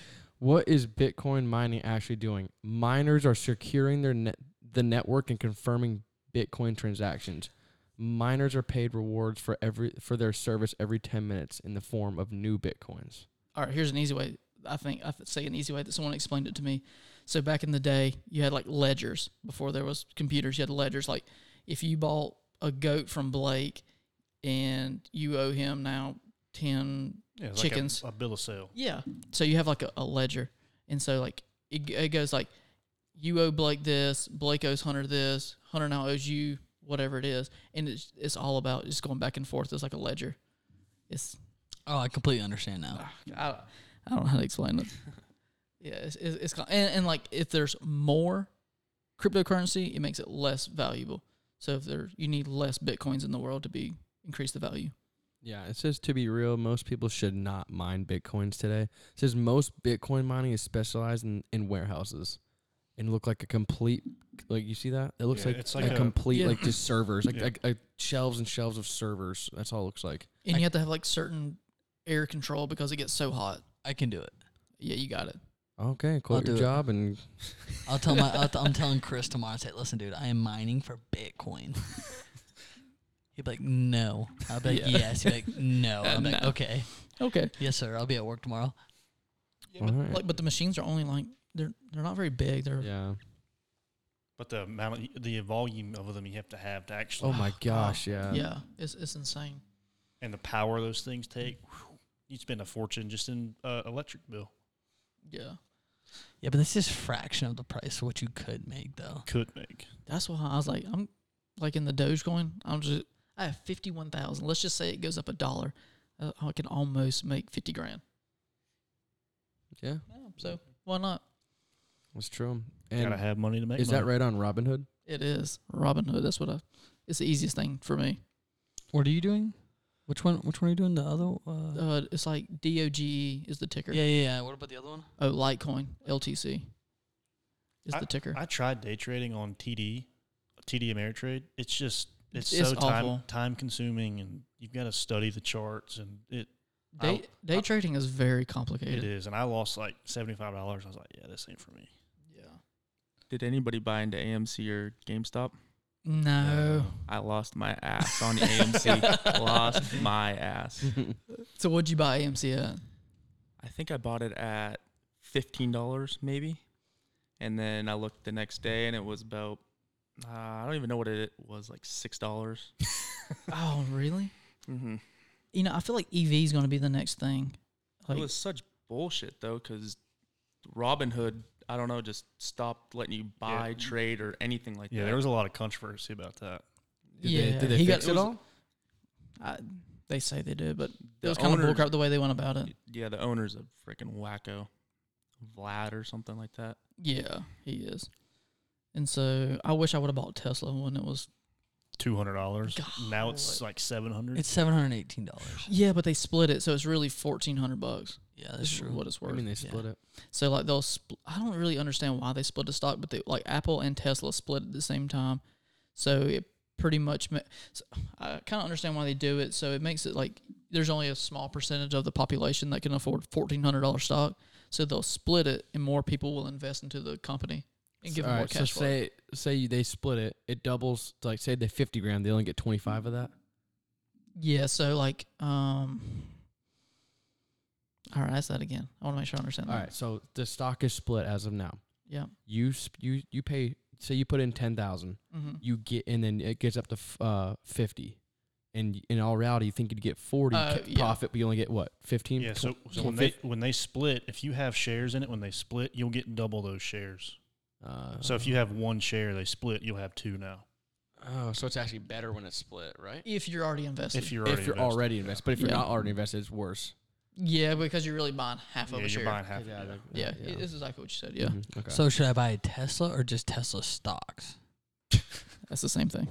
[SPEAKER 3] "What is Bitcoin mining actually doing? Miners are securing their net, the network and confirming Bitcoin transactions. Miners are paid rewards for every for their service every 10 minutes in the form of new bitcoins."
[SPEAKER 2] all right, here's an easy way. I think I th- say an easy way that someone explained it to me. So back in the day, you had like ledgers before there was computers. You had ledgers. Like if you bought a goat from Blake, and you owe him now ten.
[SPEAKER 4] Yeah, it's like a-
[SPEAKER 2] Chickens.
[SPEAKER 4] a, bill of sale.
[SPEAKER 2] Yeah. So you have like a, a ledger, and so like it, g- it goes like you owe Blake this, Blake owes Hunter this, Hunter now owes you whatever it is, and it's it's all about just going back and forth. It's like a ledger. It's
[SPEAKER 1] oh, I completely understand now.
[SPEAKER 2] I, I don't know how to explain it. yeah, it's, it's, it's con- and, and like if there's more cryptocurrency, it makes it less valuable. So if there you need less bitcoins in the world to be increase the value.
[SPEAKER 3] Yeah, it says to be real, most people should not mine bitcoins today. It says most bitcoin mining is specialized in, in warehouses and look like a complete like you see that? It looks
[SPEAKER 4] Yeah,
[SPEAKER 3] like
[SPEAKER 4] it's
[SPEAKER 3] a,
[SPEAKER 4] like a-
[SPEAKER 3] complete
[SPEAKER 2] Yeah.
[SPEAKER 3] like just servers, like,
[SPEAKER 4] Yeah.
[SPEAKER 3] like like shelves and shelves of servers. That's all it looks like.
[SPEAKER 2] And
[SPEAKER 1] I-
[SPEAKER 2] you have to have like certain air control because it gets so hot.
[SPEAKER 1] I can do it.
[SPEAKER 2] Yeah, you got it.
[SPEAKER 3] Okay, quit
[SPEAKER 1] do
[SPEAKER 3] your
[SPEAKER 1] it.
[SPEAKER 3] job and
[SPEAKER 1] I'll tell my I'll t- I'm telling Chris tomorrow. I say, listen, dude, I am mining for Bitcoin. He'd be like, no. I'll be like,
[SPEAKER 2] Yeah.
[SPEAKER 1] yes. He'd be like, no. I'm like,
[SPEAKER 2] No.
[SPEAKER 1] okay,
[SPEAKER 2] Okay.
[SPEAKER 1] yes, sir. I'll be at work tomorrow.
[SPEAKER 2] Yeah, but,
[SPEAKER 3] Alright.
[SPEAKER 2] like, but the machines are only like they're they're not very big. They're
[SPEAKER 3] yeah.
[SPEAKER 4] but the amount, of, the volume of them you have to have to actually,
[SPEAKER 3] Oh my gosh, yeah.
[SPEAKER 2] yeah, it's it's insane.
[SPEAKER 4] and the power those things take. whew, you spend a fortune just in uh, electric bill.
[SPEAKER 2] Yeah,
[SPEAKER 1] Yeah, but that's just fraction of the price of what you could make, though.
[SPEAKER 4] Could make.
[SPEAKER 2] that's why I was like, I'm like in the Dogecoin. I'm just I have fifty one thousand. Let's just say it goes up a dollar. Uh, I can almost make fifty grand.
[SPEAKER 3] Yeah,
[SPEAKER 2] So why not?
[SPEAKER 3] that's true.
[SPEAKER 4] Gotta
[SPEAKER 3] And
[SPEAKER 4] have money to make.
[SPEAKER 3] is that
[SPEAKER 4] money.
[SPEAKER 3] right on Robinhood?
[SPEAKER 2] It is Robinhood. That's what I. It's the easiest thing for me.
[SPEAKER 1] What are you doing? Which one? Which one are you doing? The other? Uh,
[SPEAKER 2] Uh, it's like DOGE E is the ticker.
[SPEAKER 1] yeah, yeah, yeah. What about the other one?
[SPEAKER 2] Oh, Litecoin LTC is the ticker.
[SPEAKER 4] I tried day trading on TD, TD Ameritrade. It's just it's,
[SPEAKER 2] It's
[SPEAKER 4] so time
[SPEAKER 2] awful.
[SPEAKER 4] time consuming, and you've got to study the charts, and it I-
[SPEAKER 2] day day
[SPEAKER 4] I-
[SPEAKER 2] trading is very
[SPEAKER 4] it
[SPEAKER 2] complicated.
[SPEAKER 4] is. And I lost like seventy five dollars. I was like, yeah, this ain't for me.
[SPEAKER 2] Yeah.
[SPEAKER 5] Did anybody buy into AMC or GameStop?
[SPEAKER 2] No.
[SPEAKER 5] I lost my ass on AMC. lost my ass.
[SPEAKER 2] So what'd you buy AMC at?
[SPEAKER 5] I think I bought it at fifteen dollars maybe, and then I looked the next day and it was about uh, I don't even know what it was like six dollars.
[SPEAKER 2] Oh, really?
[SPEAKER 5] Mm-hmm.
[SPEAKER 2] You know, I feel like EV is going to be the next thing. Like,
[SPEAKER 5] it was such bullshit though, because Robinhood I don't know just stopped letting you buy, trade, or anything like
[SPEAKER 4] Yeah,
[SPEAKER 5] that.
[SPEAKER 4] there was a lot of controversy about that.
[SPEAKER 3] Did
[SPEAKER 2] yeah,
[SPEAKER 3] they, did they
[SPEAKER 2] he
[SPEAKER 3] fix
[SPEAKER 2] got,
[SPEAKER 3] it
[SPEAKER 2] was-
[SPEAKER 3] all?
[SPEAKER 2] I, they say they did, but it
[SPEAKER 5] The
[SPEAKER 2] was kind
[SPEAKER 5] owner-
[SPEAKER 2] of bullcrap the way they went about it.
[SPEAKER 5] yeah, the owner's a freaking wacko, Vlad or something like that.
[SPEAKER 2] Yeah, he is. And so I wish I would have bought Tesla when it was.
[SPEAKER 4] Two hundred dollars. Now it's
[SPEAKER 2] Golly.
[SPEAKER 4] like seven hundred.
[SPEAKER 1] It's seven hundred eighteen dollars.
[SPEAKER 2] Yeah, but they split it, so it's really fourteen hundred bucks.
[SPEAKER 1] Yeah, that's
[SPEAKER 2] is
[SPEAKER 1] true.
[SPEAKER 2] What it's
[SPEAKER 3] I
[SPEAKER 2] worth.
[SPEAKER 3] mean, they
[SPEAKER 1] Yeah.
[SPEAKER 3] split it.
[SPEAKER 2] So like they'll spl- I don't really understand why they split the stock, but they like Apple and Tesla split at the same time. So it pretty much ma- so I kind of understand why they do it. So it makes it like there's only a small percentage of the population that can afford fourteen hundred dollar stock. So they'll split it, and more people will invest into the company and give
[SPEAKER 3] All
[SPEAKER 2] them more
[SPEAKER 3] right,
[SPEAKER 2] cash
[SPEAKER 3] so
[SPEAKER 2] flow.
[SPEAKER 3] say say you- they split it, it doubles. to, Like say they fifty grand, they only get twenty five of that.
[SPEAKER 2] Yeah. So like, um, all right, ask that again. I want to make sure I understand.
[SPEAKER 3] All
[SPEAKER 2] that.
[SPEAKER 3] right, so the stock is split as of now.
[SPEAKER 2] Yeah.
[SPEAKER 3] You sp- you you pay. Say you put in ten thousand,
[SPEAKER 2] Mm-hmm.
[SPEAKER 3] you get, and then it gets up to f- uh, fifty. And in all reality, you think you'd get forty
[SPEAKER 2] Uh,
[SPEAKER 3] ca-
[SPEAKER 2] yeah.
[SPEAKER 3] profit, but you only get what fifteen.
[SPEAKER 4] Yeah,
[SPEAKER 3] Tw-
[SPEAKER 4] so, so when they
[SPEAKER 3] fif-
[SPEAKER 4] when they split, if you have shares in it, when they split, you'll get double those shares.
[SPEAKER 3] uh,
[SPEAKER 4] So if you have one share, they split, you'll have two now.
[SPEAKER 3] oh, so it's actually better when it's split, right?
[SPEAKER 2] If you're already invested.
[SPEAKER 4] If you're already
[SPEAKER 3] If you're
[SPEAKER 4] invested.
[SPEAKER 3] already invested, but if you're
[SPEAKER 2] Yeah.
[SPEAKER 3] not already invested, it's worse.
[SPEAKER 2] yeah, because you're really buying half
[SPEAKER 4] yeah,
[SPEAKER 2] of a
[SPEAKER 4] you're
[SPEAKER 2] share.
[SPEAKER 4] buying Mm-hmm. half.
[SPEAKER 3] Yeah,
[SPEAKER 4] of it.
[SPEAKER 3] like-
[SPEAKER 2] Yeah,
[SPEAKER 3] yeah.
[SPEAKER 2] it is exactly what you said. Yeah,
[SPEAKER 3] Mhm, Okay.
[SPEAKER 1] So should I buy a Tesla or just Tesla stocks?
[SPEAKER 2] that's the same thing.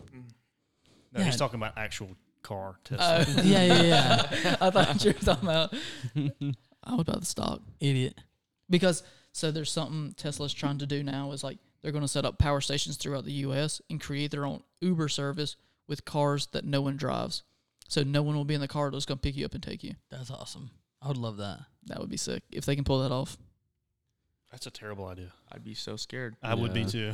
[SPEAKER 4] No,
[SPEAKER 1] Yeah.
[SPEAKER 4] he's talking about actual car Tesla.
[SPEAKER 2] Oh
[SPEAKER 1] Yeah, yeah, yeah.
[SPEAKER 2] I thought you were talking about. I would buy the stock
[SPEAKER 1] Idiot.
[SPEAKER 2] because so there's something Tesla's trying to do now is like they're going to set up power stations throughout the U.S. and create their own Uber service with cars that no one drives. So no one will be in the car; they'll just come pick you up and take you.
[SPEAKER 1] That's awesome. I would love that.
[SPEAKER 2] That would be sick if they can pull that off.
[SPEAKER 4] That's a terrible idea.
[SPEAKER 5] I'd be so scared.
[SPEAKER 4] I would be
[SPEAKER 3] Yeah.
[SPEAKER 4] too.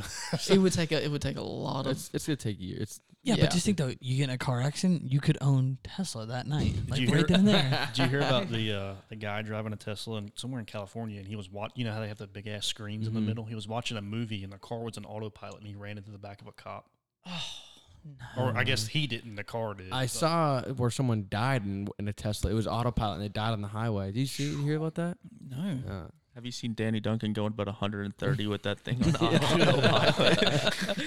[SPEAKER 2] It would take a it would take a lot of
[SPEAKER 3] It's, it's gonna take years. It's
[SPEAKER 1] Yeah,
[SPEAKER 2] Yeah.
[SPEAKER 1] but just think though, you get in a car accident, you could own Tesla that night, like
[SPEAKER 4] you
[SPEAKER 1] right
[SPEAKER 4] hear-
[SPEAKER 1] then and there.
[SPEAKER 4] Did you hear about the uh, the guy driving a Tesla in, somewhere in California? And he was watching. You know how they have the big ass screens in
[SPEAKER 3] Mhm.
[SPEAKER 4] the middle. He was watching a movie, and the car was an autopilot, and he ran into the back of a cop. Oh,
[SPEAKER 2] no.
[SPEAKER 4] Or I guess he didn't. The car did.
[SPEAKER 3] I
[SPEAKER 4] but-
[SPEAKER 3] saw where someone died in, in a Tesla. It was autopilot, and they died on the highway. Did you see, hear about that?
[SPEAKER 2] no.
[SPEAKER 3] Uh,
[SPEAKER 5] Have you seen Danny Duncan going about 130 with that thing on
[SPEAKER 4] That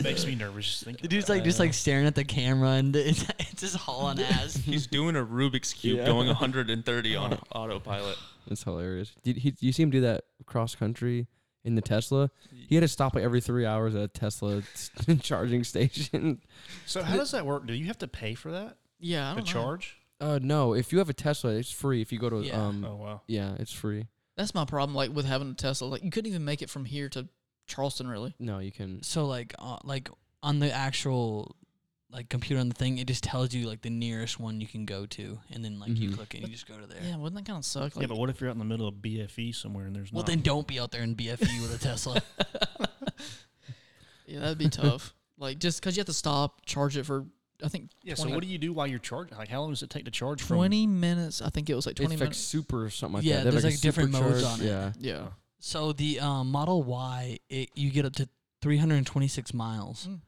[SPEAKER 4] makes me nervous just thinking.
[SPEAKER 1] The dude's like just like staring at the camera and it's, it's just hauling ass.
[SPEAKER 5] He's doing a Rubik's cube
[SPEAKER 3] Yeah.
[SPEAKER 5] going 130 on autopilot.
[SPEAKER 3] it's hilarious. Did he? You see him do that cross country in the Tesla? He had to stop like every three hours at a Tesla s- charging station.
[SPEAKER 4] So how does that work? Do you have to pay for that?
[SPEAKER 2] Yeah, I
[SPEAKER 4] The
[SPEAKER 2] don't know.
[SPEAKER 4] charge?
[SPEAKER 3] Uh, no, if you have a Tesla, it's free. If you go to
[SPEAKER 1] Yeah.
[SPEAKER 3] um,
[SPEAKER 4] Oh wow.
[SPEAKER 3] yeah, it's free.
[SPEAKER 2] That's my problem. Like with having a Tesla, like you couldn't even make it from here to Charleston, really.
[SPEAKER 3] No, you can.
[SPEAKER 1] So like uh, like on the actual like computer on the thing, it just tells you like the nearest one you can go to, and then like you
[SPEAKER 3] Mhm.
[SPEAKER 1] click it and you just go to there.
[SPEAKER 2] Yeah, wouldn't that kind of suck?
[SPEAKER 4] Yeah,
[SPEAKER 2] Like,
[SPEAKER 4] but what if you're out in the middle of BFE somewhere and there's
[SPEAKER 1] Well,
[SPEAKER 4] not?
[SPEAKER 1] then don't be out there in BFE with a Tesla.
[SPEAKER 2] yeah, that'd be tough. Like, just because you have to stop, charge it for, I think,
[SPEAKER 4] yeah. So
[SPEAKER 2] 20
[SPEAKER 4] what do you do while you're charging? Like how long does it take to charge from?
[SPEAKER 2] 20 minutes. I think it was like 20
[SPEAKER 3] It's like
[SPEAKER 2] minutes.
[SPEAKER 3] super or something like
[SPEAKER 1] Yeah,
[SPEAKER 3] that. They have,
[SPEAKER 1] there's,
[SPEAKER 3] a
[SPEAKER 1] like, different modes
[SPEAKER 3] supercharged-
[SPEAKER 1] on it.
[SPEAKER 3] Yeah.
[SPEAKER 2] yeah.
[SPEAKER 1] so the um, Model Y, it, you get up to 326 miles.
[SPEAKER 2] Mm.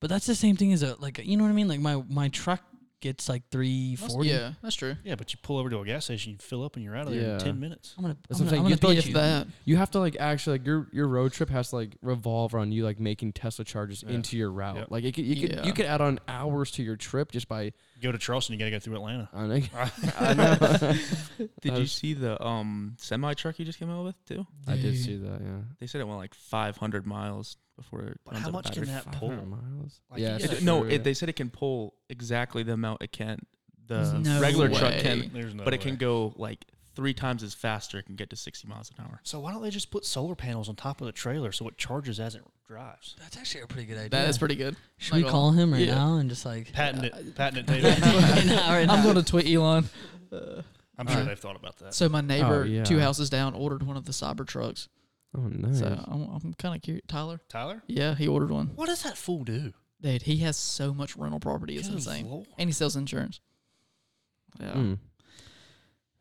[SPEAKER 1] But that's the same thing as a like you know what I mean? Like my my truck gets like 340.
[SPEAKER 2] Yeah, that's true.
[SPEAKER 4] Yeah, but you pull over to a gas station, you fill up, and you're out of there
[SPEAKER 3] Yeah.
[SPEAKER 4] in ten minutes.
[SPEAKER 1] I'm gonna.
[SPEAKER 3] That's
[SPEAKER 1] I'm
[SPEAKER 3] the
[SPEAKER 1] gonna,
[SPEAKER 3] thing,
[SPEAKER 1] I'm
[SPEAKER 3] you
[SPEAKER 1] gonna
[SPEAKER 3] feel like
[SPEAKER 1] beat
[SPEAKER 2] If
[SPEAKER 1] you.
[SPEAKER 2] that,
[SPEAKER 3] You have to like actually like your your road trip has to like revolve around you like making Tesla charges
[SPEAKER 4] Yeah.
[SPEAKER 3] into your route.
[SPEAKER 4] Yep.
[SPEAKER 3] Like it could, you could
[SPEAKER 2] Yeah.
[SPEAKER 3] you could add on hours to your trip just by.
[SPEAKER 4] Go to Charleston, you got to go through Atlanta.
[SPEAKER 3] I don't know.
[SPEAKER 5] I know. Did
[SPEAKER 3] That
[SPEAKER 5] you
[SPEAKER 3] was-
[SPEAKER 5] see the um semi truck you just came out with too?
[SPEAKER 3] I did
[SPEAKER 2] Dude.
[SPEAKER 3] see that. Yeah.
[SPEAKER 5] They said it went like 500 miles before it.
[SPEAKER 4] But
[SPEAKER 5] runs
[SPEAKER 4] how
[SPEAKER 5] out of
[SPEAKER 4] much can
[SPEAKER 5] battery.
[SPEAKER 4] that
[SPEAKER 3] 500
[SPEAKER 4] pull?
[SPEAKER 3] miles.
[SPEAKER 4] Like,
[SPEAKER 3] yeah.
[SPEAKER 4] you
[SPEAKER 5] It,
[SPEAKER 3] it's
[SPEAKER 4] gotta-
[SPEAKER 5] no,
[SPEAKER 3] true,
[SPEAKER 5] it,
[SPEAKER 3] yeah.
[SPEAKER 5] they said it can pull exactly the amount it can. The
[SPEAKER 2] No
[SPEAKER 5] regular truck
[SPEAKER 2] way.
[SPEAKER 5] can,
[SPEAKER 4] There's no
[SPEAKER 5] but it can
[SPEAKER 4] way.
[SPEAKER 5] go like three times as faster. It can get to 60 miles an hour.
[SPEAKER 4] So why don't they just put solar panels on top of the trailer so it charges as it drives?
[SPEAKER 1] That's actually a pretty good idea.
[SPEAKER 2] that is pretty good.
[SPEAKER 1] Should we
[SPEAKER 2] Like,
[SPEAKER 1] call him right
[SPEAKER 2] yeah.
[SPEAKER 1] now and just like?
[SPEAKER 4] Patent it, patent it, David.
[SPEAKER 1] I'm
[SPEAKER 2] I'm going to tweet Elon. Uh,
[SPEAKER 4] I'm sure
[SPEAKER 2] Uh,
[SPEAKER 4] they've thought about that.
[SPEAKER 2] so my neighbor,
[SPEAKER 3] yeah.
[SPEAKER 2] two houses down, ordered one of the cyber trucks.
[SPEAKER 3] Oh nice.
[SPEAKER 2] So I'm, I'm kind of curious. Tyler,
[SPEAKER 4] Tyler,
[SPEAKER 2] yeah, he ordered one.
[SPEAKER 4] what does that fool do?
[SPEAKER 2] Dude, he has so much rental property. It's
[SPEAKER 4] Good
[SPEAKER 2] insane,
[SPEAKER 4] Lord.
[SPEAKER 2] and he sells insurance. Yeah,
[SPEAKER 3] Mm. It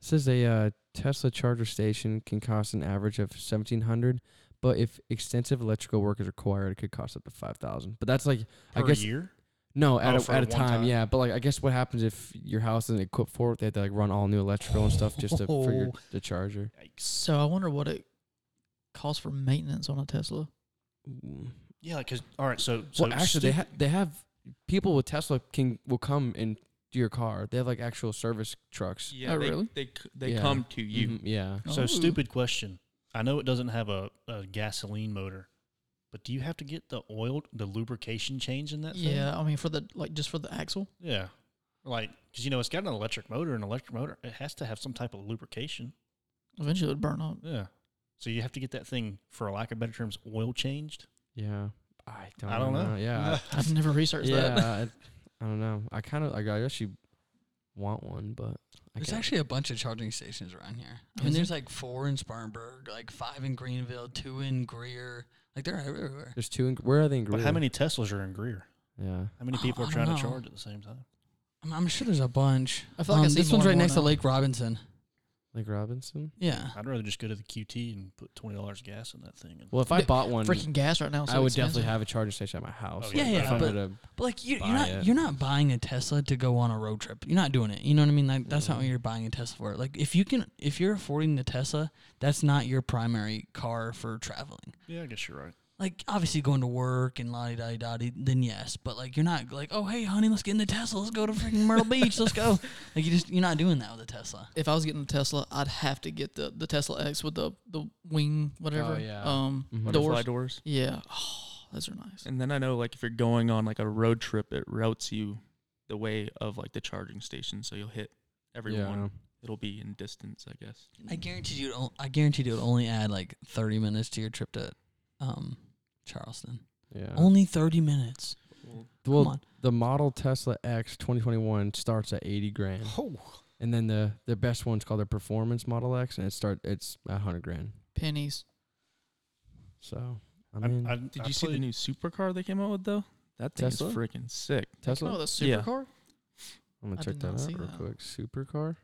[SPEAKER 3] says a uh, Tesla charger station can cost an average of seventeen hundred, but if extensive electrical work is required, it could cost up to five thousand. But that's like
[SPEAKER 4] Per
[SPEAKER 3] I guess
[SPEAKER 4] year?
[SPEAKER 3] no
[SPEAKER 4] Oh,
[SPEAKER 3] at a,
[SPEAKER 4] for
[SPEAKER 3] at a
[SPEAKER 4] one
[SPEAKER 3] time,
[SPEAKER 4] time.
[SPEAKER 3] yeah. But like I guess what happens if your house isn't equipped for it? They have to like run all new electrical and stuff just to for your,
[SPEAKER 1] Oh.
[SPEAKER 3] the charger.
[SPEAKER 2] So I wonder what it costs for maintenance on a Tesla.
[SPEAKER 4] Yeah, because all right, so, so
[SPEAKER 3] well, actually, they
[SPEAKER 4] stu-
[SPEAKER 3] ha- they have people with Tesla can will come and do your car. They have like actual service trucks.
[SPEAKER 5] Yeah,
[SPEAKER 2] Oh,
[SPEAKER 5] they,
[SPEAKER 2] really? Mm-hmm.
[SPEAKER 5] They c- they
[SPEAKER 3] Yeah.
[SPEAKER 5] come to you.
[SPEAKER 3] Mhm, yeah.
[SPEAKER 4] so
[SPEAKER 2] Ooh.
[SPEAKER 4] stupid question. I know it doesn't have a, a gasoline motor, but do you have to get the oil, the lubrication change in that? thing?
[SPEAKER 2] Yeah, I mean for the like just for the axle.
[SPEAKER 4] yeah, like because you know it's got an electric motor, an electric motor, it has to have some type of lubrication.
[SPEAKER 2] Eventually, it would burn up.
[SPEAKER 4] Yeah, so you have to get that thing, for lack of better terms, oil changed.
[SPEAKER 3] Yeah. I don't,
[SPEAKER 4] I don't know.
[SPEAKER 3] Yeah. I-
[SPEAKER 2] I've never researched
[SPEAKER 3] yeah,
[SPEAKER 2] that.
[SPEAKER 3] I, I don't know. I kind of like. I guess you want one, but I
[SPEAKER 1] There's
[SPEAKER 3] can't-
[SPEAKER 1] actually a bunch of charging stations around here. I
[SPEAKER 2] Is
[SPEAKER 1] mean,
[SPEAKER 2] there?
[SPEAKER 1] there's like four in Spartanburg, like five in Greenville, two in Greer. Like they're everywhere.
[SPEAKER 3] there's two. In, where are they in
[SPEAKER 4] But
[SPEAKER 3] Greer?
[SPEAKER 4] how many Teslas are in Greer?
[SPEAKER 3] Yeah.
[SPEAKER 4] How many
[SPEAKER 1] Oh,
[SPEAKER 4] people
[SPEAKER 1] I
[SPEAKER 4] are
[SPEAKER 1] don't
[SPEAKER 4] trying to
[SPEAKER 1] know.
[SPEAKER 4] charge at the same time?
[SPEAKER 1] I'm, I'm sure there's a bunch.
[SPEAKER 2] I feel like I
[SPEAKER 1] Um,
[SPEAKER 2] see
[SPEAKER 1] this
[SPEAKER 2] more
[SPEAKER 1] one's
[SPEAKER 2] and
[SPEAKER 1] right
[SPEAKER 2] more
[SPEAKER 1] next to
[SPEAKER 2] now.
[SPEAKER 1] Lake Robinson.
[SPEAKER 3] Like Robinson.
[SPEAKER 1] Yeah.
[SPEAKER 4] I'd rather just go to the QT and put twenty dollars gas in that thing. And
[SPEAKER 3] Well, if I
[SPEAKER 2] Yeah,
[SPEAKER 3] bought one,
[SPEAKER 2] Freaking gas right now. is
[SPEAKER 3] I
[SPEAKER 2] so
[SPEAKER 3] would
[SPEAKER 2] expensive.
[SPEAKER 3] definitely have a charging station at my house.
[SPEAKER 4] Oh,
[SPEAKER 1] yeah, yeah,
[SPEAKER 3] if I'm
[SPEAKER 1] but-
[SPEAKER 3] gonna-
[SPEAKER 1] But like you, you're
[SPEAKER 3] Buy
[SPEAKER 1] not
[SPEAKER 3] it.
[SPEAKER 1] you're not buying a Tesla to go on a road trip. You're not doing it. You know what I mean? Like that's not
[SPEAKER 3] Yeah.
[SPEAKER 1] what you're buying a Tesla for. Like if you can if you're affording the Tesla, that's not your primary car for traveling.
[SPEAKER 4] yeah, I guess you're right.
[SPEAKER 1] Like obviously going to work and la di da da then yes. But like you're not like, oh hey honey, let's get in the Tesla, let's go to freaking Myrtle Beach, let's go. Like you just you're not doing that with a Tesla.
[SPEAKER 2] If I was getting a Tesla, I'd have to get the, the Tesla X with the, the wing whatever.
[SPEAKER 3] yeah.
[SPEAKER 2] Um,
[SPEAKER 3] Mhm.
[SPEAKER 5] Butterfly
[SPEAKER 2] doors.
[SPEAKER 5] doors.
[SPEAKER 2] Yeah. Oh, those are nice.
[SPEAKER 5] And then I know like if you're going on like a road trip, it routes you the way of like the charging station, so you'll hit everyone.
[SPEAKER 3] yeah.
[SPEAKER 5] It'll be in distance, I guess.
[SPEAKER 1] I guaranteed you. it'll- I guaranteed you would only add like thirty minutes to your trip to um, Charleston.
[SPEAKER 3] Yeah.
[SPEAKER 1] Only thirty minutes.
[SPEAKER 3] well,
[SPEAKER 1] Come on.
[SPEAKER 3] the model Tesla X 2021 starts at 80 grand,
[SPEAKER 4] Oh,
[SPEAKER 3] and then the their best one's called the Performance Model X, and it start it's at 100 grand.
[SPEAKER 2] Pennies.
[SPEAKER 3] So I
[SPEAKER 4] I,
[SPEAKER 3] mean,
[SPEAKER 4] I,
[SPEAKER 5] Did
[SPEAKER 4] I
[SPEAKER 5] you see the
[SPEAKER 4] played-
[SPEAKER 5] new supercar they came out with though? That thing
[SPEAKER 3] Tesla?
[SPEAKER 5] is freaking sick.
[SPEAKER 3] Tesla.
[SPEAKER 2] Oh, the
[SPEAKER 5] Yeah.
[SPEAKER 2] supercar.
[SPEAKER 3] I'm gonna
[SPEAKER 2] I
[SPEAKER 3] check
[SPEAKER 2] did
[SPEAKER 3] that
[SPEAKER 2] not
[SPEAKER 3] out
[SPEAKER 2] see
[SPEAKER 3] real
[SPEAKER 2] that.
[SPEAKER 3] quick. Supercar.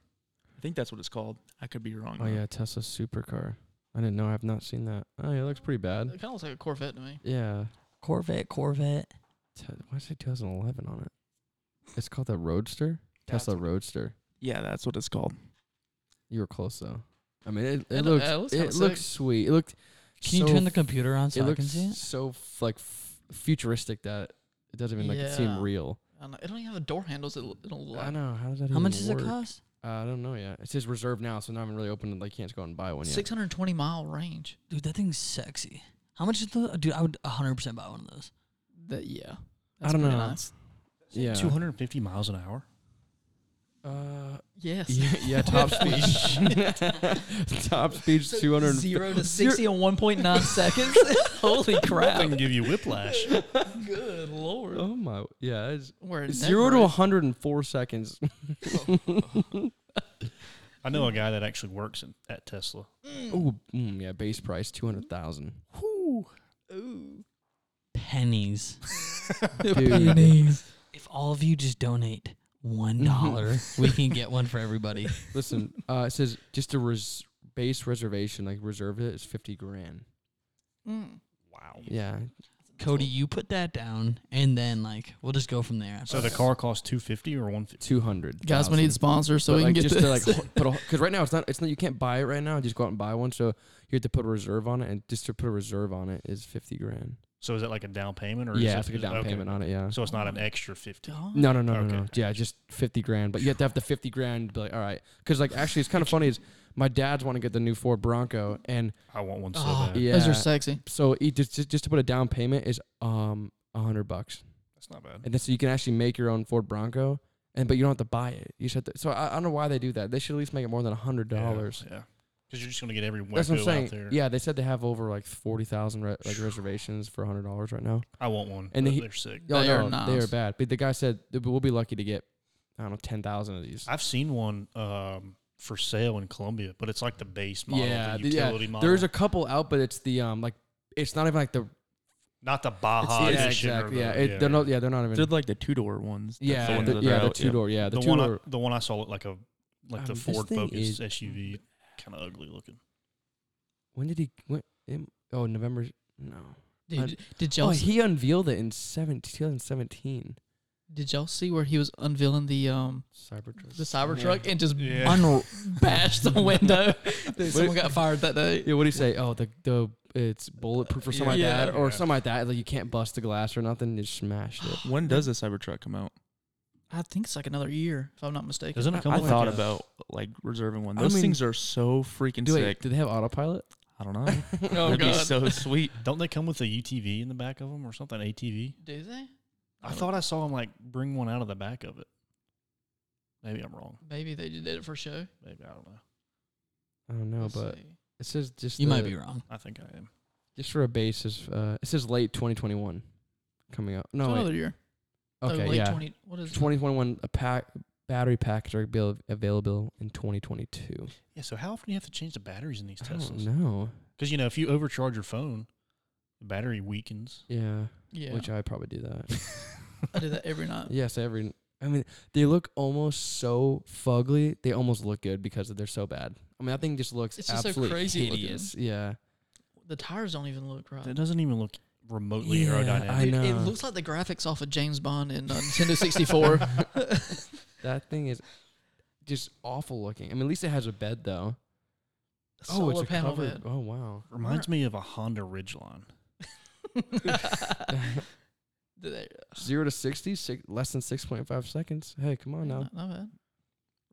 [SPEAKER 5] I think that's what it's called. I could be wrong.
[SPEAKER 3] Oh
[SPEAKER 5] though.
[SPEAKER 3] yeah, Tesla supercar. I didn't know. I've not seen that. Oh, yeah, it looks pretty bad.
[SPEAKER 2] It kind of looks like a Corvette to me.
[SPEAKER 3] Yeah.
[SPEAKER 1] Corvette, Corvette.
[SPEAKER 3] Te- why is it 2011 on it? It's called the Roadster.
[SPEAKER 5] That's
[SPEAKER 3] Tesla
[SPEAKER 5] what-
[SPEAKER 3] Roadster.
[SPEAKER 5] Yeah, that's what it's called.
[SPEAKER 3] You were close though. I mean, it,
[SPEAKER 2] Yeah,
[SPEAKER 3] it
[SPEAKER 2] no,
[SPEAKER 3] looks
[SPEAKER 2] it
[SPEAKER 3] it
[SPEAKER 2] looks
[SPEAKER 3] looks,
[SPEAKER 2] kinda sick.
[SPEAKER 3] sweet. It looked.
[SPEAKER 1] Can you
[SPEAKER 3] so
[SPEAKER 1] turn the
[SPEAKER 3] f-
[SPEAKER 1] computer on so
[SPEAKER 3] it
[SPEAKER 1] I
[SPEAKER 3] looks
[SPEAKER 1] can see it?
[SPEAKER 3] so f- like f- futuristic that it doesn't even like seem
[SPEAKER 2] Yeah.
[SPEAKER 3] real.
[SPEAKER 2] I don't know. It don't even have the door handles. It, it don't look
[SPEAKER 3] I
[SPEAKER 2] like.
[SPEAKER 3] know. How does that
[SPEAKER 1] How
[SPEAKER 3] even
[SPEAKER 1] much does it
[SPEAKER 3] work?
[SPEAKER 1] cost?
[SPEAKER 3] Uh, I don't know yet. It says reserved now, so not even really open. Like, you can't just go out and buy one yet.
[SPEAKER 2] 620 mile range.
[SPEAKER 1] Dude, that thing's sexy. How much is the dude? I would 100 percent buy one of those.
[SPEAKER 2] That yeah.
[SPEAKER 3] I don't
[SPEAKER 2] pretty
[SPEAKER 3] know.
[SPEAKER 2] Nice.
[SPEAKER 3] Yeah.
[SPEAKER 4] 250 miles an hour.
[SPEAKER 3] Uh,
[SPEAKER 2] Yes.
[SPEAKER 3] yeah, yeah, top
[SPEAKER 2] Holy
[SPEAKER 3] speed. top speed 200.
[SPEAKER 2] Zero to sixty in one point nine seconds. Holy
[SPEAKER 4] That
[SPEAKER 2] crap!
[SPEAKER 4] can give you whiplash.
[SPEAKER 2] Good lord.
[SPEAKER 3] Oh my. Yeah, it's
[SPEAKER 2] We're in
[SPEAKER 3] zero to
[SPEAKER 2] Denver.
[SPEAKER 3] 104 seconds.
[SPEAKER 4] I know a guy that actually works in, at Tesla.
[SPEAKER 3] Ooh, mm, yeah, base price 200,000.
[SPEAKER 2] Ooh.
[SPEAKER 1] Pennies.
[SPEAKER 3] Dude,
[SPEAKER 1] If all of you just donate one dollar, we can get one for everybody.
[SPEAKER 3] listen, uh, it says just a res- base reservation, like reserve it is 50 grand.
[SPEAKER 2] Mm.
[SPEAKER 4] Wow.
[SPEAKER 3] Yeah.
[SPEAKER 1] Cody, you put that down, and then like we'll just go from there. after
[SPEAKER 4] So the
[SPEAKER 1] this.
[SPEAKER 4] car costs two fifty or one fifty.
[SPEAKER 3] Two hundred
[SPEAKER 2] Guys, we need sponsors so
[SPEAKER 3] But,
[SPEAKER 2] we
[SPEAKER 3] like,
[SPEAKER 2] can get
[SPEAKER 3] just
[SPEAKER 2] this.
[SPEAKER 3] to like because right now it's not it's not you can't buy it right now. Just go out and buy one. So you have to put a reserve on it, and just to put a reserve on it is fifty grand.
[SPEAKER 4] So is that like a down payment or
[SPEAKER 3] yeah,
[SPEAKER 4] is
[SPEAKER 3] it's
[SPEAKER 4] it
[SPEAKER 3] like a down
[SPEAKER 4] okay.
[SPEAKER 3] payment on it. Yeah.
[SPEAKER 4] So it's not an extra fifty.
[SPEAKER 3] No, no, no, no, no.
[SPEAKER 4] Okay.
[SPEAKER 3] Yeah, just fifty grand. But you have to have the fifty grand. To be like, all right, because like actually, it's kind of funny. Is my dad's want to get the new Ford Bronco, and
[SPEAKER 4] I want one so
[SPEAKER 1] Oh,
[SPEAKER 4] bad.
[SPEAKER 3] yeah,
[SPEAKER 2] Those are sexy.
[SPEAKER 3] so it, just, just just to put a down payment is um a hundred bucks,
[SPEAKER 4] That's not bad.
[SPEAKER 3] and then so you can actually make your own Ford Bronco, and but you don't have to buy it. You just have to. So I, I don't know why they do that. They should at least make it more than a hundred
[SPEAKER 4] Yeah,
[SPEAKER 3] dollars.
[SPEAKER 4] Yeah. Because you're just gonna get every
[SPEAKER 3] That's what I'm
[SPEAKER 4] wacko out
[SPEAKER 3] saying.
[SPEAKER 4] there.
[SPEAKER 3] Yeah, they said they have over like forty thousand re- like reservations for hundred dollars right now.
[SPEAKER 4] I want one.
[SPEAKER 3] And
[SPEAKER 4] but
[SPEAKER 3] he-
[SPEAKER 4] they're sick.
[SPEAKER 2] They
[SPEAKER 3] Oh,
[SPEAKER 2] are
[SPEAKER 3] no, They
[SPEAKER 2] nice.
[SPEAKER 3] are bad. But the guy said "Th- we'll be lucky to get I don't know ten thousand of these.
[SPEAKER 4] I've seen one um, for sale in Colombia, but it's like the base model,
[SPEAKER 3] Yeah,
[SPEAKER 4] the
[SPEAKER 3] the- yeah.
[SPEAKER 4] utility model.
[SPEAKER 3] There's a couple out, but it's the um like it's not even like the
[SPEAKER 4] not the Baja
[SPEAKER 3] yeah
[SPEAKER 4] edition. or
[SPEAKER 3] exactly
[SPEAKER 4] the-
[SPEAKER 3] yeah, it, they're not yeah they're not even
[SPEAKER 5] They're like the two door ones. That's
[SPEAKER 3] yeah
[SPEAKER 5] the
[SPEAKER 3] yeah
[SPEAKER 5] ones
[SPEAKER 3] the,
[SPEAKER 5] that are
[SPEAKER 3] yeah, the
[SPEAKER 5] out,
[SPEAKER 3] two door yeah the,
[SPEAKER 4] The,
[SPEAKER 3] two
[SPEAKER 4] one I,
[SPEAKER 3] door
[SPEAKER 4] the one I saw looked like a like the
[SPEAKER 3] Um, this
[SPEAKER 4] Ford
[SPEAKER 3] thing
[SPEAKER 4] Focus
[SPEAKER 3] is-
[SPEAKER 4] SUV, kind of ugly looking.
[SPEAKER 3] when did he when, him- oh November no
[SPEAKER 2] Dude, did
[SPEAKER 3] oh
[SPEAKER 2] y'all see,
[SPEAKER 3] he unveiled it in 17, 2017
[SPEAKER 2] did y'all see where he was unveiling the um
[SPEAKER 3] Cybertruck
[SPEAKER 2] the Cybertruck and just
[SPEAKER 4] Yeah.
[SPEAKER 1] Unro-
[SPEAKER 2] bashed the window? Dude, someone got fired that day.
[SPEAKER 3] yeah what do you say oh the the it's bulletproof or something like
[SPEAKER 2] Yeah.
[SPEAKER 3] that or
[SPEAKER 4] Yeah.
[SPEAKER 3] something like that like you can't bust the glass or nothing you just smashed it
[SPEAKER 5] yeah. When does the Cybertruck come out?
[SPEAKER 2] I think it's like another year, if I'm not mistaken.
[SPEAKER 4] Doesn't it come
[SPEAKER 5] I
[SPEAKER 4] with
[SPEAKER 5] thought
[SPEAKER 4] like a-
[SPEAKER 5] about like reserving one.
[SPEAKER 3] I
[SPEAKER 5] Those
[SPEAKER 3] mean-
[SPEAKER 5] things are so freaking
[SPEAKER 3] do
[SPEAKER 5] sick.
[SPEAKER 3] wait do they have autopilot
[SPEAKER 5] I don't know.
[SPEAKER 2] Oh,
[SPEAKER 5] That'd be
[SPEAKER 2] God.
[SPEAKER 5] so sweet.
[SPEAKER 4] Don't they come with a UTV in the back of them or something? ATV?
[SPEAKER 2] Do they?
[SPEAKER 4] I thought I saw him like bring one out of the back of it. Maybe I'm wrong.
[SPEAKER 2] Maybe they did it for show.
[SPEAKER 4] Maybe I don't know.
[SPEAKER 3] I don't know
[SPEAKER 2] Let's
[SPEAKER 3] but
[SPEAKER 2] see.
[SPEAKER 3] it says just
[SPEAKER 1] you might
[SPEAKER 3] the-
[SPEAKER 1] be wrong.
[SPEAKER 4] I think I am.
[SPEAKER 3] just for a basis uh it says late 2021 coming up
[SPEAKER 2] It's
[SPEAKER 3] no wait.
[SPEAKER 2] another year. So
[SPEAKER 3] okay
[SPEAKER 2] Oh, late
[SPEAKER 3] yeah
[SPEAKER 2] 20, what is it?
[SPEAKER 3] 2021 a pack battery packs are avail- available in 2022.
[SPEAKER 4] Yeah. So how often do you have to change the batteries in these
[SPEAKER 3] I don't
[SPEAKER 4] Teslas?
[SPEAKER 3] know.
[SPEAKER 4] Because you know if you overcharge your phone, the battery weakens.
[SPEAKER 3] Yeah,
[SPEAKER 2] Yeah,
[SPEAKER 3] which I probably do that.
[SPEAKER 2] I do that every night.
[SPEAKER 3] yes, every. I mean, they look almost so fugly. They almost look good because they're so bad. I mean, that thing just looks
[SPEAKER 2] It's just so
[SPEAKER 3] absolutely
[SPEAKER 2] crazy looking.
[SPEAKER 3] hideous. Yeah,
[SPEAKER 2] The tires don't even look right.
[SPEAKER 4] It doesn't even look remotely
[SPEAKER 3] Uh, Yeah,
[SPEAKER 4] aerodynamic.
[SPEAKER 3] I know.
[SPEAKER 2] It looks like the graphics off of James Bond in uh, Nintendo 64.
[SPEAKER 3] Oh, that thing is just awful looking. I mean, at least it has a bed though.
[SPEAKER 2] Solar
[SPEAKER 3] oh, it's a
[SPEAKER 2] panel
[SPEAKER 3] cover.
[SPEAKER 2] bed.
[SPEAKER 3] Oh wow.
[SPEAKER 4] Reminds me of a Honda Ridgeline.
[SPEAKER 2] Do they-
[SPEAKER 3] Zero to 60, six, less than six point five seconds. Hey, come on now.
[SPEAKER 2] Not, not bad.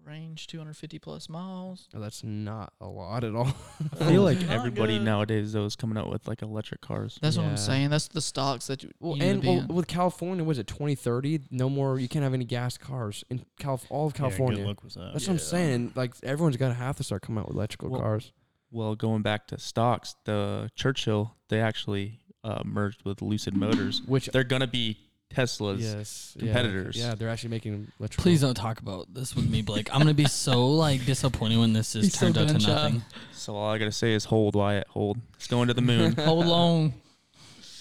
[SPEAKER 2] Range 250 plus miles.
[SPEAKER 3] Oh, that's not a lot at all.
[SPEAKER 5] I feel like
[SPEAKER 2] Not
[SPEAKER 5] everybody
[SPEAKER 2] good.
[SPEAKER 5] nowadays though is coming out with like electric cars.
[SPEAKER 2] That's what
[SPEAKER 3] Yeah.
[SPEAKER 2] I'm saying. That's the stocks that you,
[SPEAKER 3] Well,
[SPEAKER 2] you need to
[SPEAKER 3] and
[SPEAKER 2] be
[SPEAKER 3] well,
[SPEAKER 2] in.
[SPEAKER 3] with California, was it 2030? No more. You can't have any gas cars in Calif- all of California.
[SPEAKER 4] Yeah, good luck with that.
[SPEAKER 3] That's what I'm saying. Like everyone's got to have to start coming out with electrical
[SPEAKER 5] Well-
[SPEAKER 3] cars.
[SPEAKER 5] Well, going back to stocks, the Churchill they actually uh, merged with Lucid Motors.
[SPEAKER 3] Which
[SPEAKER 5] They're gonna be Teslas.
[SPEAKER 3] yes, yeah.
[SPEAKER 5] competitors.
[SPEAKER 3] Yeah, they're actually making electrical.
[SPEAKER 1] Please don't talk about this with me, Blake. I'm gonna be so like disappointed when this is
[SPEAKER 2] He's so
[SPEAKER 1] turned out to
[SPEAKER 2] done, Chad.
[SPEAKER 1] nothing.
[SPEAKER 5] So all I gotta say is hold Wyatt, hold. It's going to the moon.
[SPEAKER 2] Hold on.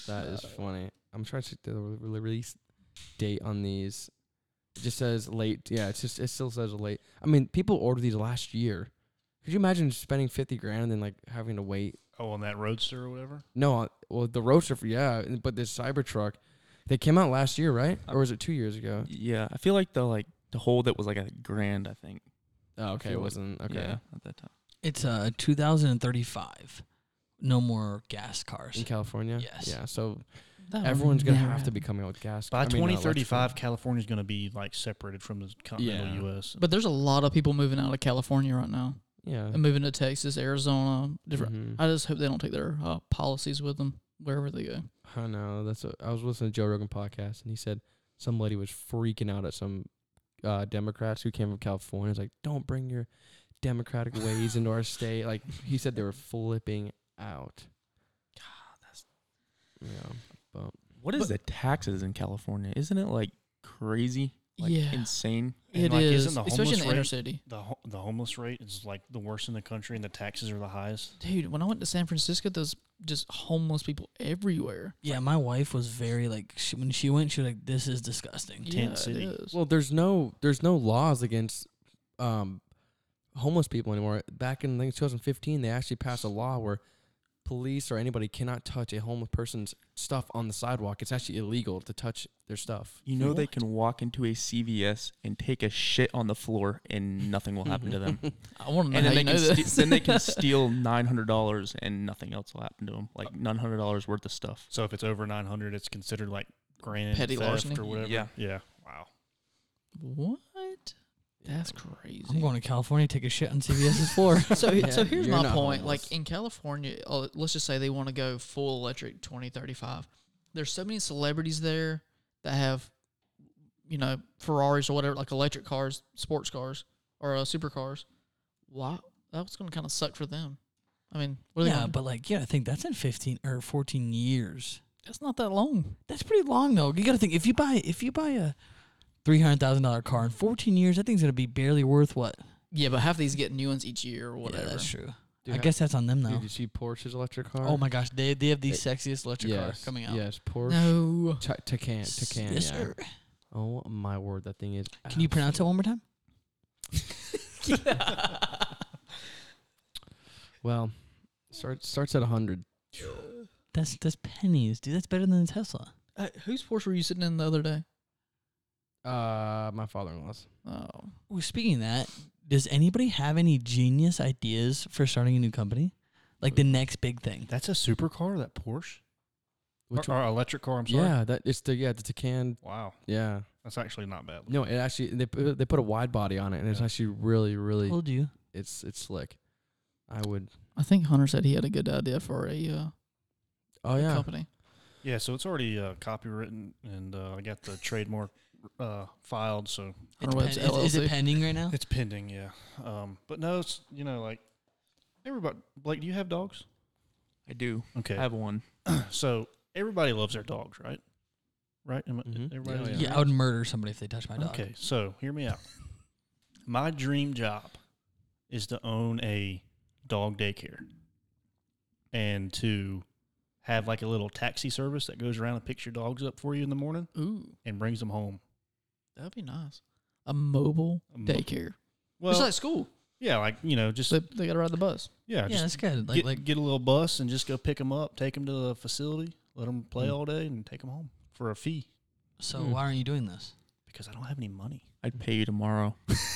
[SPEAKER 3] That is funny. I'm trying to check the re- re- release date on these. It just says late. Yeah, it's just it still says late. I mean, people ordered these last year. Could you imagine spending 50 grand and then like having to wait
[SPEAKER 4] Oh, on that Roadster or whatever.
[SPEAKER 3] No, uh, well, the Roadster, for, yeah, and- but this Cybertruck, they came out last year, right? Or was it two years ago?
[SPEAKER 5] yeah, I feel like the like the hold it was like a grand. I think.
[SPEAKER 3] Oh,
[SPEAKER 5] okay,
[SPEAKER 3] okay, it
[SPEAKER 5] well,
[SPEAKER 3] wasn't. Okay,
[SPEAKER 5] Yeah, at that time.
[SPEAKER 1] It's uh 2035. No more gas cars.
[SPEAKER 3] in California.
[SPEAKER 1] Yes.
[SPEAKER 3] Yeah, so
[SPEAKER 2] That will
[SPEAKER 3] everyone's gonna
[SPEAKER 2] never
[SPEAKER 3] have to
[SPEAKER 2] happen.
[SPEAKER 3] be coming out with gas.
[SPEAKER 4] By
[SPEAKER 3] I mean, uh,
[SPEAKER 4] 2035,
[SPEAKER 3] electrical.
[SPEAKER 4] California's going to be like separated from the continental
[SPEAKER 3] Yeah.
[SPEAKER 4] U.S.
[SPEAKER 2] But there's a lot of people moving out of California right now
[SPEAKER 3] Yeah.
[SPEAKER 2] and moving to Texas, Arizona, different.
[SPEAKER 3] Mhm.
[SPEAKER 2] I just hope they don't take their uh, policies with them wherever they go.
[SPEAKER 3] I know. That's. What, I was listening to Joe Rogan podcast, and he said some lady was freaking out at some uh, Democrats who came from California. It's like, don't bring your democratic ways into our state. Like he said, they were flipping out. God, that's. Yeah.
[SPEAKER 5] What is
[SPEAKER 2] But-
[SPEAKER 5] the taxes in California? Isn't it like crazy? Like
[SPEAKER 2] Yeah.
[SPEAKER 5] insane.
[SPEAKER 4] And,
[SPEAKER 2] It
[SPEAKER 4] like,
[SPEAKER 2] is,
[SPEAKER 4] isn't the
[SPEAKER 2] especially in
[SPEAKER 4] homeless
[SPEAKER 2] the inner
[SPEAKER 4] rate-
[SPEAKER 2] city.
[SPEAKER 4] The ho- the homeless rate is like the worst in the country, and the taxes are the highest.
[SPEAKER 2] Dude, when I went to San Francisco, there's just homeless people everywhere.
[SPEAKER 1] Yeah, my wife was very like she, when she went, she was like, "This is disgusting."
[SPEAKER 2] yeah, it
[SPEAKER 4] city.
[SPEAKER 2] is.
[SPEAKER 3] Well, there's no there's no laws against um, homeless people anymore. Back in I think 2015, they actually passed a law where police or anybody cannot touch a homeless person's stuff on the sidewalk. It's actually illegal to touch their stuff.
[SPEAKER 5] You know they can walk into a CVS and take a shit on the floor and nothing will happen to them.
[SPEAKER 2] I want to know
[SPEAKER 5] and
[SPEAKER 2] how
[SPEAKER 5] then
[SPEAKER 2] you know
[SPEAKER 5] they, can
[SPEAKER 2] this.
[SPEAKER 5] ste- then they can steal nine hundred dollars and nothing else will happen to them. Like nine hundred dollars worth of stuff.
[SPEAKER 4] So if it's over 900, it's considered like grand
[SPEAKER 2] Petty
[SPEAKER 4] theft
[SPEAKER 2] larceny?
[SPEAKER 4] or whatever.
[SPEAKER 5] Yeah.
[SPEAKER 4] Yeah. Wow.
[SPEAKER 2] what? That's crazy.
[SPEAKER 1] I'm going to California, take a shit on CVS's floor.
[SPEAKER 2] so
[SPEAKER 3] Yeah,
[SPEAKER 2] so here's
[SPEAKER 3] you're
[SPEAKER 2] my
[SPEAKER 3] not
[SPEAKER 2] point
[SPEAKER 3] homeless.
[SPEAKER 2] like in california uh, let's just say they want to go full electric 2035 there's so many celebrities there that have you know ferraris or whatever like electric cars sports cars or uh, supercars why that's going to kind of suck for them i mean what are they
[SPEAKER 1] yeah,
[SPEAKER 2] gonna-
[SPEAKER 1] but like, yeah, I think that's in 15 or 14 years.
[SPEAKER 2] that's not that long
[SPEAKER 1] That's pretty long though. You got to think if you buy if you buy a three hundred thousand dollar car in 14 years, that thing's gonna be barely worth what?
[SPEAKER 2] yeah but half these get new ones each year or whatever
[SPEAKER 1] Yeah, that's true.
[SPEAKER 3] Dude,
[SPEAKER 1] I guess that's on them
[SPEAKER 3] Dude,
[SPEAKER 1] though.
[SPEAKER 3] you see Porsche's electric car?
[SPEAKER 1] Oh my gosh, they they have the sexiest electric
[SPEAKER 3] yes,
[SPEAKER 1] car coming out.
[SPEAKER 3] Yes, Porsche.
[SPEAKER 2] no
[SPEAKER 3] Ta- Taycan, Taycan,
[SPEAKER 1] yes,
[SPEAKER 3] yeah.
[SPEAKER 1] sir.
[SPEAKER 3] Oh my word, that thing is.
[SPEAKER 1] Can you pronounce it one more time?
[SPEAKER 3] Well, start starts at hundred.
[SPEAKER 1] That's that's pennies, dude. That's better than the Tesla.
[SPEAKER 2] Uh, whose porsche were you sitting in the other day
[SPEAKER 3] Uh, my father-in-law's.
[SPEAKER 2] oh
[SPEAKER 1] Well, speaking of that, does anybody have any genius ideas for starting a new company? Like the next big thing.
[SPEAKER 4] That's a supercar, that Porsche?
[SPEAKER 3] Which
[SPEAKER 4] or,
[SPEAKER 3] one?
[SPEAKER 4] or electric car, I'm sorry.
[SPEAKER 3] Yeah, that it's the yeah the Taycan.
[SPEAKER 4] Wow.
[SPEAKER 3] Yeah,
[SPEAKER 4] That's actually not bad.
[SPEAKER 3] no, it actually they put, they put a wide body on it, and it's
[SPEAKER 4] Yeah.
[SPEAKER 3] actually really really
[SPEAKER 1] Told you.
[SPEAKER 3] it's it's slick. I would.
[SPEAKER 2] i think hunter said he had a good idea for a uh,
[SPEAKER 3] Oh yeah,
[SPEAKER 2] company
[SPEAKER 4] Yeah, so it's already uh, copywritten, and uh, I got the trademark uh, filed, so
[SPEAKER 2] Hunter Webb's
[SPEAKER 1] pen- is, is
[SPEAKER 2] LLC.
[SPEAKER 1] it pending right now?
[SPEAKER 4] it's pending. Yeah, um, but no, it's you know like everybody. Blake, do you have dogs?
[SPEAKER 5] I do.
[SPEAKER 4] Okay,
[SPEAKER 5] I have one.
[SPEAKER 4] so everybody loves their dogs, right? Right? Am I-
[SPEAKER 3] Mhm. Yeah,
[SPEAKER 4] Everybody. loves
[SPEAKER 1] Yeah,
[SPEAKER 4] their
[SPEAKER 1] I would murder somebody if they touched my
[SPEAKER 4] dogs?
[SPEAKER 1] dog.
[SPEAKER 4] Okay, so hear me out. My dream job is to own a dog daycare and to have like a little taxi service that goes around and picks your dogs up for you in the morning
[SPEAKER 2] ooh
[SPEAKER 4] and brings them home.
[SPEAKER 2] That'd be nice. A mobile
[SPEAKER 4] A mo-
[SPEAKER 2] daycare.
[SPEAKER 4] Well,
[SPEAKER 2] it's like school.
[SPEAKER 4] yeah, like you know, just
[SPEAKER 2] They, they got to ride the bus.
[SPEAKER 4] yeah,
[SPEAKER 1] Yeah,
[SPEAKER 4] just
[SPEAKER 1] that's good. Like
[SPEAKER 4] get,
[SPEAKER 1] like
[SPEAKER 4] get a little bus and just go pick them up, take them to the facility, let them play all day, and take them home for a fee
[SPEAKER 1] so
[SPEAKER 3] Hmm.
[SPEAKER 1] why aren't you doing this?
[SPEAKER 4] because I don't have any money.
[SPEAKER 5] I'd pay you tomorrow.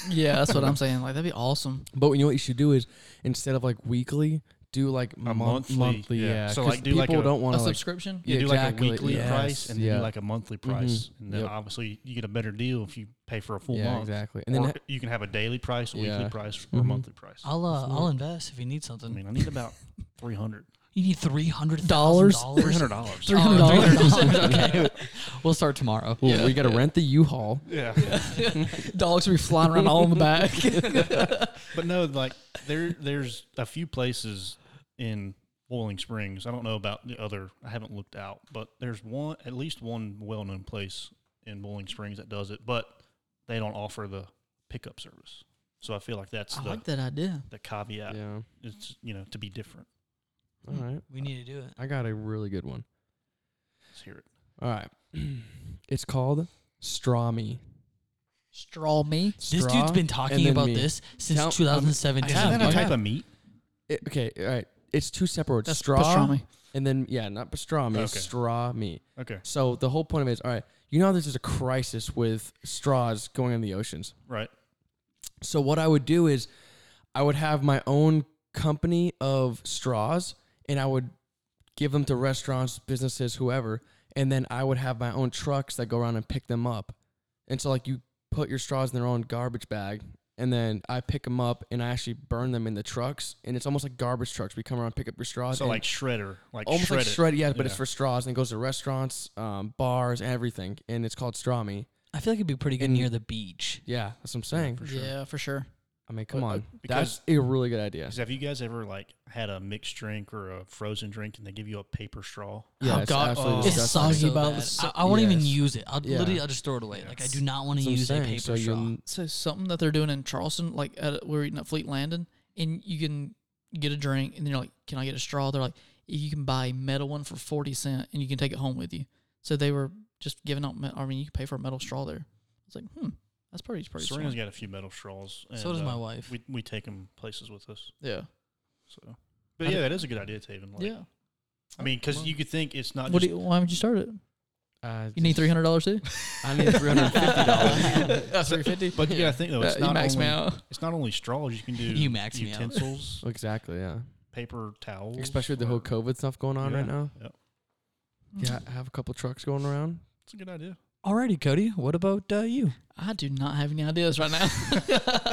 [SPEAKER 2] Yeah, that's what I'm saying. Like that'd be awesome.
[SPEAKER 3] but you know what you should do is instead of like weekly, do like mon-
[SPEAKER 4] monthly,
[SPEAKER 3] monthly.
[SPEAKER 4] yeah.
[SPEAKER 3] yeah.
[SPEAKER 4] So,
[SPEAKER 3] 'cause
[SPEAKER 4] like, do, like,
[SPEAKER 3] people
[SPEAKER 4] a-
[SPEAKER 3] don't want
[SPEAKER 2] A
[SPEAKER 3] to like
[SPEAKER 2] subscription.
[SPEAKER 4] You
[SPEAKER 3] Yeah,
[SPEAKER 4] do
[SPEAKER 3] exactly,
[SPEAKER 4] like a weekly
[SPEAKER 3] yes,
[SPEAKER 4] price and then
[SPEAKER 3] yeah. Mm-hmm.
[SPEAKER 4] do like a monthly price, and then
[SPEAKER 3] yep.
[SPEAKER 4] obviously you get a better deal if you pay for a full
[SPEAKER 3] yeah
[SPEAKER 4] month.
[SPEAKER 3] exactly, and
[SPEAKER 4] And
[SPEAKER 3] then
[SPEAKER 4] or
[SPEAKER 3] ha-
[SPEAKER 4] you can have a daily price, a weekly
[SPEAKER 3] Yeah.
[SPEAKER 4] price, or a
[SPEAKER 3] Mhm.
[SPEAKER 4] monthly price. i
[SPEAKER 1] I'll uh,
[SPEAKER 3] Isn't
[SPEAKER 1] I'll
[SPEAKER 3] it-
[SPEAKER 1] invest if you need something.
[SPEAKER 4] mean, I need about three hundred.
[SPEAKER 1] you need three hundred
[SPEAKER 2] Dollars?
[SPEAKER 4] Three hundred dollars.
[SPEAKER 1] Three hundred dollars. Okay, we'll start tomorrow.
[SPEAKER 3] Ooh, we got to rent the U-Haul.
[SPEAKER 4] Yeah.
[SPEAKER 2] Dogs will be flying around all in the back.
[SPEAKER 4] But no, like there there's a few places in Boiling Springs. I don't know about the other. I haven't looked out, but there's one at least one well-known place in Boiling Springs that does it, but they don't offer the pickup service. So I feel like that's
[SPEAKER 2] I
[SPEAKER 4] the,
[SPEAKER 2] like that idea.
[SPEAKER 4] the caveat.
[SPEAKER 3] yeah.
[SPEAKER 4] It's you know to be different.
[SPEAKER 3] All right.
[SPEAKER 1] We need to do it.
[SPEAKER 3] I got a really good one.
[SPEAKER 4] Let's hear it.
[SPEAKER 3] All right. It's called Straw Me.
[SPEAKER 2] Straw me.
[SPEAKER 1] This
[SPEAKER 3] Straw
[SPEAKER 1] dude's been
[SPEAKER 3] and
[SPEAKER 1] talking
[SPEAKER 3] then
[SPEAKER 1] about
[SPEAKER 3] me.
[SPEAKER 1] this since
[SPEAKER 3] Tell- I'm- I
[SPEAKER 1] 2017.
[SPEAKER 3] have-
[SPEAKER 4] Isn't that
[SPEAKER 3] I
[SPEAKER 4] a type
[SPEAKER 3] have-
[SPEAKER 4] of meat?
[SPEAKER 3] It- okay. All right. It's two separate words.
[SPEAKER 2] That's
[SPEAKER 3] straw
[SPEAKER 2] pastrami.
[SPEAKER 3] and then yeah, not pastrami.
[SPEAKER 4] Okay.
[SPEAKER 3] Straw me.
[SPEAKER 4] Okay,
[SPEAKER 3] So the whole point of it is all right. You know how there's just a crisis with straws going in the oceans.
[SPEAKER 4] right.
[SPEAKER 3] So what I would do is, I would have my own company of straws, and I would give them to restaurants, businesses, whoever, and then I would have my own trucks that go around and pick them up. And so like you put your straws in their own garbage bag, and then I pick them up and I actually burn them in the trucks, and it's almost like garbage trucks. We come around, pick up your straws,
[SPEAKER 4] So
[SPEAKER 3] and
[SPEAKER 4] like shredder, like
[SPEAKER 3] Uh, almost
[SPEAKER 4] shred
[SPEAKER 3] like
[SPEAKER 4] it.
[SPEAKER 3] shred, yeah, but it's
[SPEAKER 4] Yeah.
[SPEAKER 3] for straws, and it goes to restaurants, um, bars, everything, and it's called straw me.
[SPEAKER 1] I feel like it'd be pretty good
[SPEAKER 3] And-
[SPEAKER 1] near the beach.
[SPEAKER 3] Yeah, that's what I'm saying.
[SPEAKER 4] For sure.
[SPEAKER 2] Yeah, for sure.
[SPEAKER 3] I mean, come
[SPEAKER 4] But-
[SPEAKER 3] on,
[SPEAKER 4] because-
[SPEAKER 3] that's a really good idea.
[SPEAKER 4] 'Cause Have you guys ever like had a mixed drink or a frozen drink and they give you a paper straw?
[SPEAKER 3] Yeah,
[SPEAKER 2] Oh,
[SPEAKER 3] it's
[SPEAKER 2] God.
[SPEAKER 3] absolutely
[SPEAKER 4] Oh.
[SPEAKER 1] It's
[SPEAKER 3] disgusting.
[SPEAKER 1] soggy
[SPEAKER 2] So
[SPEAKER 1] about.
[SPEAKER 2] bad.
[SPEAKER 1] the so- I, I won't even
[SPEAKER 3] Yes.
[SPEAKER 1] use it. I'll
[SPEAKER 3] Yeah.
[SPEAKER 1] literally I'll just throw it away.
[SPEAKER 4] Yeah.
[SPEAKER 1] Like I do not want to
[SPEAKER 3] That's what I'm
[SPEAKER 1] use a
[SPEAKER 3] saying.
[SPEAKER 1] paper
[SPEAKER 3] So
[SPEAKER 1] straw.
[SPEAKER 3] you'll-
[SPEAKER 2] So something that they're doing in Charleston, like at, we're eating at Fleet Landing, and you can get a drink, and you're like, "Can I get a straw?" They're like, "You can buy a metal one for forty cent, and you can take it home with you." So they were just giving out. Me- I mean, you can pay for a metal straw there. It's like, hmm, that's pretty pretty.
[SPEAKER 4] Serena's
[SPEAKER 2] smart.
[SPEAKER 4] got a few metal straws. And,
[SPEAKER 1] so does
[SPEAKER 4] uh,
[SPEAKER 1] my wife.
[SPEAKER 4] We we take them places with us.
[SPEAKER 2] Yeah,
[SPEAKER 4] So, But yeah, that is a good idea, Taven. Like,
[SPEAKER 2] yeah.
[SPEAKER 4] I mean, because you could think it's not
[SPEAKER 2] What
[SPEAKER 4] just
[SPEAKER 2] do you, why would you start it?
[SPEAKER 3] Uh,
[SPEAKER 2] You need three hundred dollars too.
[SPEAKER 3] I need three hundred fifty dollars.
[SPEAKER 2] Three fifty.
[SPEAKER 4] But yeah, I think though it's
[SPEAKER 2] you
[SPEAKER 4] not
[SPEAKER 2] max me
[SPEAKER 4] only
[SPEAKER 2] out.
[SPEAKER 4] it's not only straws. You can do
[SPEAKER 1] You max me out.
[SPEAKER 4] utensils,
[SPEAKER 3] exactly, yeah.
[SPEAKER 4] paper towels,
[SPEAKER 3] Especially with the whole
[SPEAKER 4] or-
[SPEAKER 3] COVID stuff going on right
[SPEAKER 4] Yeah,
[SPEAKER 3] now.
[SPEAKER 4] yeah.
[SPEAKER 3] Yeah, I have a couple trucks going around.
[SPEAKER 4] It's a good idea.
[SPEAKER 1] Alrighty, Cody. What about uh, you?
[SPEAKER 2] I do not have any ideas right now.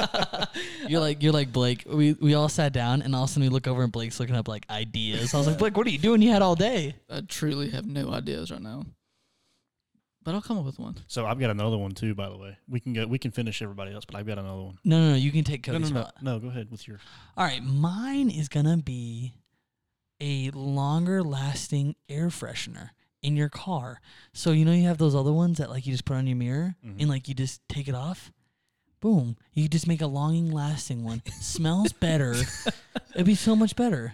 [SPEAKER 1] You're like you're like Blake. We we all sat down, and all of a sudden we look over, and Blake's looking up like ideas. I was like, Blake, what are you doing? You had all day.
[SPEAKER 2] I truly have no ideas right now. But I'll come up with one.
[SPEAKER 4] So I've got another one too. By the way, we can go. We can finish everybody else, but I've got another one.
[SPEAKER 1] No, no, no. You can take
[SPEAKER 4] No, no,
[SPEAKER 1] Cody's
[SPEAKER 4] no,
[SPEAKER 1] spot.
[SPEAKER 4] no. Go ahead with your.
[SPEAKER 1] All right, mine is gonna be a longer lasting air freshener in your car. So you know you have those other ones that like you just put on your mirror
[SPEAKER 4] Mhm.
[SPEAKER 1] and like you just take it off. Boom! You just make a longing lasting one. Smells better. It'd be so much better.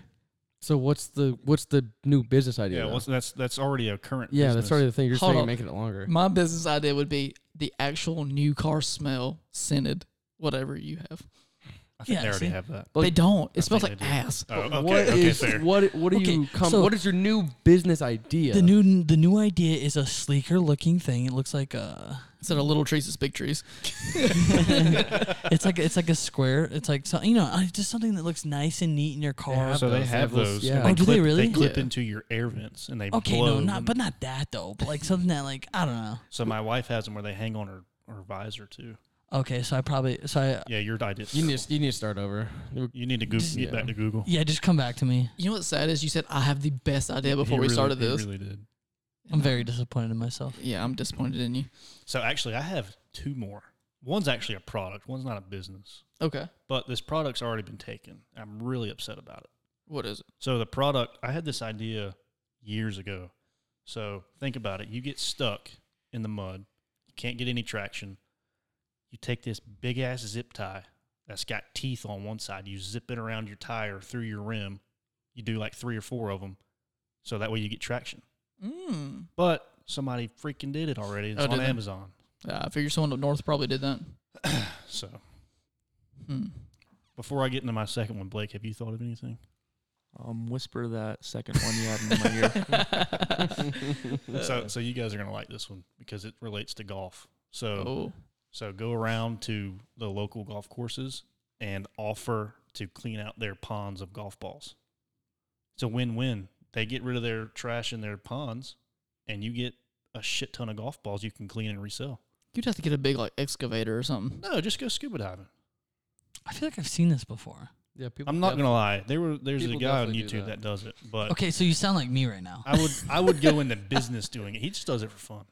[SPEAKER 3] So what's the what's the new business idea?
[SPEAKER 4] Yeah,
[SPEAKER 3] though?
[SPEAKER 4] well, that's that's already a current.
[SPEAKER 3] yeah,
[SPEAKER 4] business.
[SPEAKER 3] that's already the thing. You're just
[SPEAKER 2] Hold
[SPEAKER 3] saying
[SPEAKER 2] on.
[SPEAKER 3] making it longer.
[SPEAKER 2] My business idea would be the actual new car smell scented, whatever you have.
[SPEAKER 4] I think
[SPEAKER 1] Yeah,
[SPEAKER 4] they already
[SPEAKER 1] see?
[SPEAKER 4] have that.
[SPEAKER 2] they don't. It
[SPEAKER 4] I
[SPEAKER 2] smells like
[SPEAKER 4] think they do.
[SPEAKER 2] ass.
[SPEAKER 4] Oh, okay,
[SPEAKER 3] what
[SPEAKER 4] okay,
[SPEAKER 3] is-
[SPEAKER 4] fair.
[SPEAKER 3] what what do
[SPEAKER 1] Okay,
[SPEAKER 3] you come?
[SPEAKER 1] so-
[SPEAKER 3] what is your new business idea?
[SPEAKER 1] The new the new idea is a sleeker looking thing. It looks like a
[SPEAKER 2] Instead of little trees, it's big trees.
[SPEAKER 1] it's like it's like a square. It's like so, you know uh, just something that looks nice and neat in your car.
[SPEAKER 3] have
[SPEAKER 4] So
[SPEAKER 3] those.
[SPEAKER 4] they
[SPEAKER 3] They
[SPEAKER 4] have
[SPEAKER 3] have those-
[SPEAKER 4] those.
[SPEAKER 3] yeah.
[SPEAKER 4] and
[SPEAKER 1] Oh, do they
[SPEAKER 4] clip-
[SPEAKER 1] really?
[SPEAKER 4] They clip
[SPEAKER 2] Yeah.
[SPEAKER 4] into your air vents and they
[SPEAKER 1] okay,
[SPEAKER 4] blow.
[SPEAKER 1] no, not
[SPEAKER 4] and-
[SPEAKER 1] but not that though. But like something that like I don't know.
[SPEAKER 4] So my wife has them where they hang on her, her visor too.
[SPEAKER 1] Okay, so I probably so I
[SPEAKER 4] Yeah, your idea.
[SPEAKER 3] you need to, you need to start over. You-
[SPEAKER 4] You need to Google,
[SPEAKER 3] Yeah.
[SPEAKER 4] get back to Google.
[SPEAKER 1] yeah, just come back to me.
[SPEAKER 2] You know what's sad is you said I have the best idea before
[SPEAKER 4] He
[SPEAKER 2] we
[SPEAKER 4] really-
[SPEAKER 2] started
[SPEAKER 4] he
[SPEAKER 2] this.
[SPEAKER 4] really did.
[SPEAKER 1] I'm very disappointed in myself.
[SPEAKER 2] yeah, I'm disappointed in you.
[SPEAKER 4] So actually, I have two more. One's actually a product. One's not a business.
[SPEAKER 2] Okay.
[SPEAKER 4] But this product's already been taken. I'm really upset about it.
[SPEAKER 2] What is it?
[SPEAKER 4] So the product, I had this idea years ago. So think about it. You get stuck in the mud. You can't get any traction. You take this big ass zip tie that's got teeth on one side. You zip it around your tire through your rim. You do like three or four of them. So that way you get traction.
[SPEAKER 2] Mm.
[SPEAKER 4] But somebody freaking did it already. It's
[SPEAKER 2] Oh,
[SPEAKER 4] on
[SPEAKER 2] did they?
[SPEAKER 4] Amazon.
[SPEAKER 2] Yeah, I figure someone up north probably did that.
[SPEAKER 4] So
[SPEAKER 2] Hmm.
[SPEAKER 4] before I get into my second one, Blake, have you thought of anything?
[SPEAKER 5] Um, whisper that second one you had in my ear.
[SPEAKER 2] Uh,
[SPEAKER 4] so so you guys are gonna like this one because it relates to golf. So
[SPEAKER 2] oh.
[SPEAKER 4] So go around to the local golf courses and offer to clean out their ponds of golf balls. It's a win-win. They get rid of their trash in their ponds, and you get a shit ton of golf balls you can clean and resell.
[SPEAKER 2] You'd have to get a big like excavator or something.
[SPEAKER 4] No, just go scuba diving.
[SPEAKER 1] I feel like I've seen this before.
[SPEAKER 3] Yeah, people
[SPEAKER 4] I'm not
[SPEAKER 3] def-
[SPEAKER 4] gonna lie. There were there's a
[SPEAKER 3] People
[SPEAKER 4] guy on
[SPEAKER 3] definitely do
[SPEAKER 4] YouTube
[SPEAKER 3] that.
[SPEAKER 4] that. does it, but
[SPEAKER 1] Okay, so you sound like me right now.
[SPEAKER 4] I would I would go into business doing it. He just does it for fun.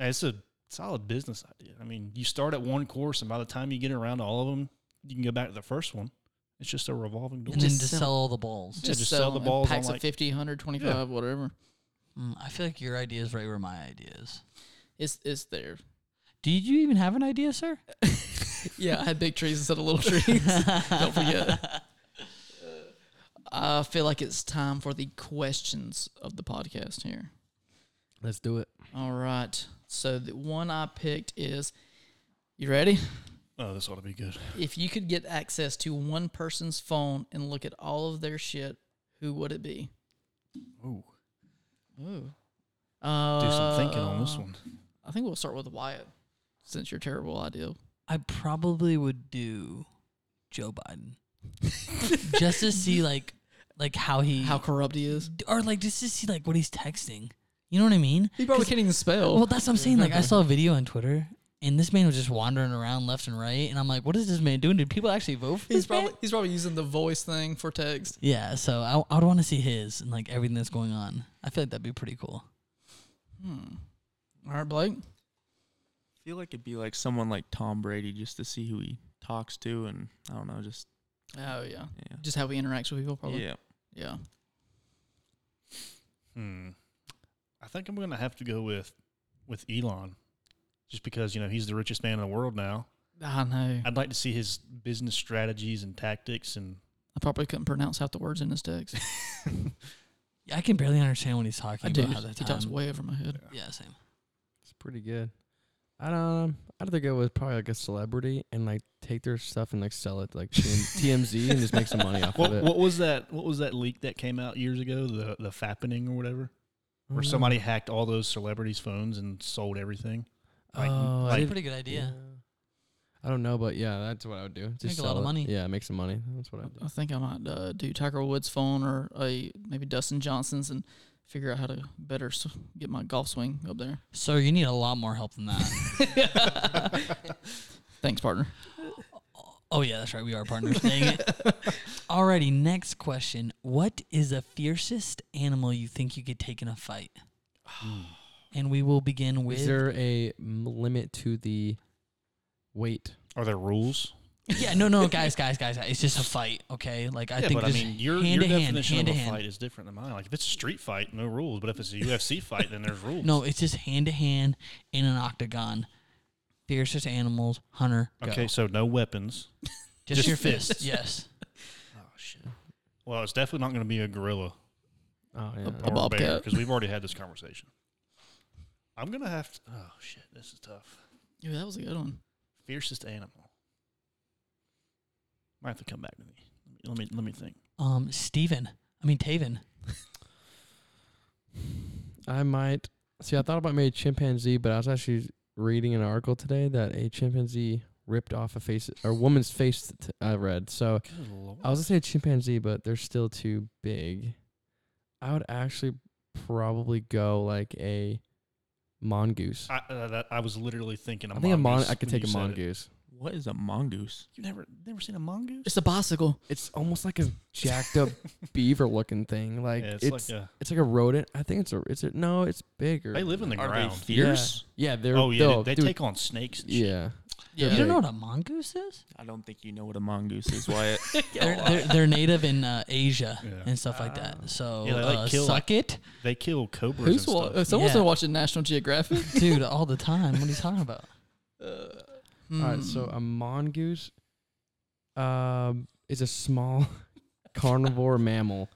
[SPEAKER 4] And It's a solid business idea. I mean, you start at one course, and by the time you get around to all of them, you can go back to the first one. It's just a revolving door.
[SPEAKER 1] and then
[SPEAKER 2] just
[SPEAKER 1] to
[SPEAKER 2] sell-
[SPEAKER 1] sell all the balls.
[SPEAKER 4] just sell the
[SPEAKER 2] in
[SPEAKER 4] balls on,
[SPEAKER 2] Packs
[SPEAKER 4] like-
[SPEAKER 2] of 50, 100, 25,
[SPEAKER 4] Yeah.
[SPEAKER 2] whatever.
[SPEAKER 1] Mm, I feel like your idea is right where my idea is.
[SPEAKER 2] It's it's there.
[SPEAKER 1] Did you even have an idea, sir?
[SPEAKER 2] Yeah, I had big trees instead of little trees. Don't forget. I feel like it's time for the questions of the podcast here.
[SPEAKER 3] Let's do it.
[SPEAKER 2] All right. So the one I picked is you ready?
[SPEAKER 4] Oh, this ought to be good.
[SPEAKER 2] If you could get access to one person's phone and look at all of their shit, who would it be?
[SPEAKER 4] Ooh,
[SPEAKER 2] Ooh.
[SPEAKER 4] do
[SPEAKER 2] Uh,
[SPEAKER 4] some thinking on this one.
[SPEAKER 2] I think we'll start with Wyatt, since your terrible idea.
[SPEAKER 1] I probably would do Joe Biden just to see like like how he
[SPEAKER 2] How corrupt he is.
[SPEAKER 1] or like just to see like what he's texting. You know what I mean?
[SPEAKER 2] He probably
[SPEAKER 1] 'Cause-
[SPEAKER 2] can't even spell.
[SPEAKER 1] Well, that's what I'm saying. Like I saw a video on Twitter. And this man was just wandering around left and right, and I'm like, "What is this man doing? Did people actually vote for
[SPEAKER 2] he's
[SPEAKER 1] this man?
[SPEAKER 2] probably he's probably using the voice thing for text.
[SPEAKER 1] Yeah, so I, I'd want to see his and like everything that's going on. I feel like that'd be pretty cool.
[SPEAKER 2] Hmm. All right, Blake.
[SPEAKER 5] I feel like it'd be like someone like Tom Brady just to see who he talks to, and I don't know, just
[SPEAKER 2] Oh yeah,
[SPEAKER 5] yeah,
[SPEAKER 2] just how he interacts with people, probably.
[SPEAKER 5] yeah.
[SPEAKER 2] Yeah.
[SPEAKER 4] Hmm. I think I'm gonna have to go with with Elon, just because you know he's the richest man in the world now.
[SPEAKER 2] I know. I,
[SPEAKER 4] I'd like to see his business strategies and tactics and
[SPEAKER 2] probably couldn't pronounce half the words in his text.
[SPEAKER 1] Yeah, I can barely understand what he's talking
[SPEAKER 2] I do.
[SPEAKER 1] about. at the
[SPEAKER 2] He talks
[SPEAKER 1] time.
[SPEAKER 2] way over my head.
[SPEAKER 1] Yeah, same.
[SPEAKER 3] It's pretty good. I don't. I don't think I was probably like a celebrity and like take their stuff and like sell it to, like TM- TMZ and just make some money off
[SPEAKER 4] What,
[SPEAKER 3] of it.
[SPEAKER 4] what was that? What was that leak that came out years ago? The the fappening or whatever, where
[SPEAKER 3] Mm.
[SPEAKER 4] somebody hacked all those celebrities' phones and sold everything. like-
[SPEAKER 3] oh,
[SPEAKER 4] like-
[SPEAKER 3] I
[SPEAKER 1] That's a
[SPEAKER 3] didn't-
[SPEAKER 1] pretty good idea.
[SPEAKER 3] I don't know, but yeah, that's what I would do. Just
[SPEAKER 1] Make a lot
[SPEAKER 3] sell
[SPEAKER 1] of
[SPEAKER 3] it.
[SPEAKER 1] money.
[SPEAKER 3] Yeah, make some money. That's what I do.
[SPEAKER 2] I think I might uh, do Tiger Woods' phone or a maybe Dustin Johnson's and figure out how to better s- get my golf swing up there.
[SPEAKER 1] So you need a lot more help than that.
[SPEAKER 4] Hmm.
[SPEAKER 2] Thanks, partner.
[SPEAKER 1] Oh yeah, that's right. We are partners. Dang it. Alrighty, next question. What is the fiercest animal you think you could take in a fight? And we will begin with
[SPEAKER 3] Is there a m- limit to the weight?
[SPEAKER 4] Are there rules?
[SPEAKER 1] Yeah, no, no, guys, guys, guys, guys. It's just a fight, okay? Like I
[SPEAKER 4] yeah,
[SPEAKER 1] think
[SPEAKER 4] but I
[SPEAKER 1] this
[SPEAKER 4] mean, your,
[SPEAKER 1] hand
[SPEAKER 4] your
[SPEAKER 1] to hand,
[SPEAKER 4] definition
[SPEAKER 1] hand to
[SPEAKER 4] of a
[SPEAKER 1] hand.
[SPEAKER 4] fight is different than mine. Like if it's a street fight, no rules. But if it's a UFC fight, then there's rules.
[SPEAKER 1] No, it's just hand to hand in an octagon. Fiercest animals, hunter. Go.
[SPEAKER 4] Okay, so no weapons.
[SPEAKER 1] just,
[SPEAKER 4] just
[SPEAKER 1] your
[SPEAKER 4] fists.
[SPEAKER 1] fist. yes.
[SPEAKER 4] Oh shit. Well, it's definitely not going to be a gorilla
[SPEAKER 3] Oh yeah.
[SPEAKER 2] A
[SPEAKER 4] or a bear
[SPEAKER 2] bobcat.
[SPEAKER 4] because we've already had this conversation. I'm gonna have to. Oh shit, this is tough.
[SPEAKER 2] Yeah, that was a good one.
[SPEAKER 4] Fiercest animal. Might have to come back to me. Let me let me think.
[SPEAKER 1] Um, Steven. I mean Taven.
[SPEAKER 3] I might see. I thought about maybe chimpanzee, but I was actually reading an article today that a chimpanzee ripped off a face or woman's face. That t- I read so.
[SPEAKER 4] Good lord.
[SPEAKER 3] I was gonna say chimpanzee, but they're still too big. I would actually probably go like a mongoose. I,
[SPEAKER 4] I, uh, that, I was literally thinking. I
[SPEAKER 3] think a mon.
[SPEAKER 4] mongoose
[SPEAKER 3] I could
[SPEAKER 4] when
[SPEAKER 3] take a
[SPEAKER 4] you said it.
[SPEAKER 3] mongoose.
[SPEAKER 5] What is a mongoose?
[SPEAKER 4] You never never seen a mongoose?
[SPEAKER 2] It's a bicycle.
[SPEAKER 3] It's almost like a jacked up beaver looking thing. Like
[SPEAKER 4] yeah, it's,
[SPEAKER 3] it's it's like,
[SPEAKER 4] like a,
[SPEAKER 3] a rodent. I think it's a. It's a, no. It's bigger.
[SPEAKER 4] they live in the ground.
[SPEAKER 5] fierce?
[SPEAKER 3] yeah, they're.
[SPEAKER 4] oh yeah,
[SPEAKER 3] they'll-
[SPEAKER 4] dude, they
[SPEAKER 3] dude,
[SPEAKER 4] take on snakes. And shit.
[SPEAKER 3] Yeah.
[SPEAKER 1] You
[SPEAKER 3] They're
[SPEAKER 1] don't know
[SPEAKER 3] big.
[SPEAKER 1] what a mongoose is?
[SPEAKER 5] I don't think you know what a mongoose is, Wyatt.
[SPEAKER 1] They're, they're, they're native in uh, Asia
[SPEAKER 4] Yeah. Ah.
[SPEAKER 1] and stuff like that. So
[SPEAKER 4] Yeah, they, like,
[SPEAKER 1] uh,
[SPEAKER 4] kill,
[SPEAKER 1] suck it,
[SPEAKER 4] They kill cobras
[SPEAKER 2] Who's
[SPEAKER 4] and
[SPEAKER 2] wa-
[SPEAKER 4] stuff.
[SPEAKER 2] uh, someone's
[SPEAKER 1] Yeah.
[SPEAKER 2] been watching National Geographic.
[SPEAKER 1] dude, all the time. What are you talking about?
[SPEAKER 2] Hmm.
[SPEAKER 3] All
[SPEAKER 2] mm.
[SPEAKER 3] right, so a mongoose um, is a small carnivore mammal.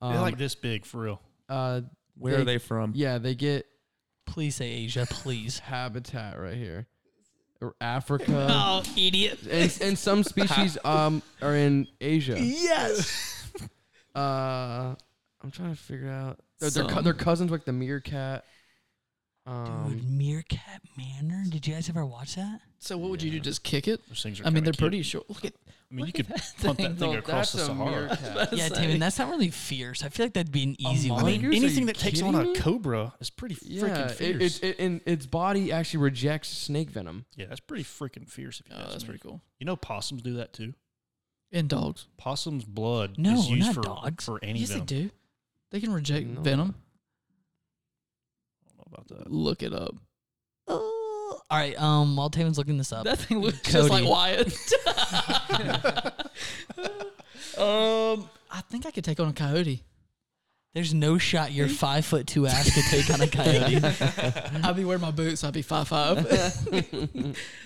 [SPEAKER 3] Um,
[SPEAKER 4] They're like this big for real.
[SPEAKER 3] uh,
[SPEAKER 5] Where are they from?
[SPEAKER 3] yeah, they get
[SPEAKER 1] Please say Asia, please.
[SPEAKER 3] habitat right here, Or Africa,
[SPEAKER 2] oh, idiot.
[SPEAKER 3] and, and some species um are in Asia.
[SPEAKER 1] yes.
[SPEAKER 3] Uh, I'm trying to figure out. They're, they're, cou-
[SPEAKER 2] Some.
[SPEAKER 3] they're cousins like the meerkat.
[SPEAKER 1] Dude,
[SPEAKER 3] Um,
[SPEAKER 1] Meerkat Manor. Did you guys ever watch that?
[SPEAKER 2] So what would you do? Just kick it?
[SPEAKER 4] Those things are.
[SPEAKER 2] I mean,
[SPEAKER 4] kinda
[SPEAKER 2] they're
[SPEAKER 4] cute.
[SPEAKER 2] pretty short. Look at.
[SPEAKER 4] I mean, you
[SPEAKER 2] look
[SPEAKER 4] could
[SPEAKER 2] at that
[SPEAKER 4] punt that
[SPEAKER 2] thing.
[SPEAKER 4] thing across the
[SPEAKER 3] that's a
[SPEAKER 4] Sahara.
[SPEAKER 3] meerkat.
[SPEAKER 1] Yeah,
[SPEAKER 2] Say-
[SPEAKER 1] Taman, that's not really fierce. I feel like that'd be an easy
[SPEAKER 4] I mean,
[SPEAKER 1] win.
[SPEAKER 3] mongoose? Are you
[SPEAKER 4] anything that takes on
[SPEAKER 3] kidding
[SPEAKER 4] a
[SPEAKER 3] me?
[SPEAKER 4] cobra is pretty
[SPEAKER 3] Yeah,
[SPEAKER 4] freaking
[SPEAKER 3] it,
[SPEAKER 4] fierce.
[SPEAKER 3] it, it, and its body actually rejects snake venom.
[SPEAKER 4] yeah, that's pretty freaking fierce. If you
[SPEAKER 2] Oh,
[SPEAKER 4] ask
[SPEAKER 2] that's
[SPEAKER 4] me.
[SPEAKER 2] pretty cool.
[SPEAKER 4] You know, possums do that too.
[SPEAKER 2] And dogs.
[SPEAKER 4] Possum's blood
[SPEAKER 1] No,
[SPEAKER 4] is used
[SPEAKER 1] not
[SPEAKER 4] for
[SPEAKER 1] dogs.
[SPEAKER 4] for any
[SPEAKER 2] yes,
[SPEAKER 4] venom.
[SPEAKER 2] they do. They can reject
[SPEAKER 3] No.
[SPEAKER 2] venom.
[SPEAKER 4] I don't know about that.
[SPEAKER 2] Look it up.
[SPEAKER 1] Oh. All right. Um, while Taman's looking this up,
[SPEAKER 2] That thing looks just like
[SPEAKER 1] Cody.
[SPEAKER 2] Wyatt. um, I think I could take on a coyote.
[SPEAKER 1] there's no shot your five foot two ass could take on a coyote.
[SPEAKER 2] I'd be wearing my boots. I'd be five five.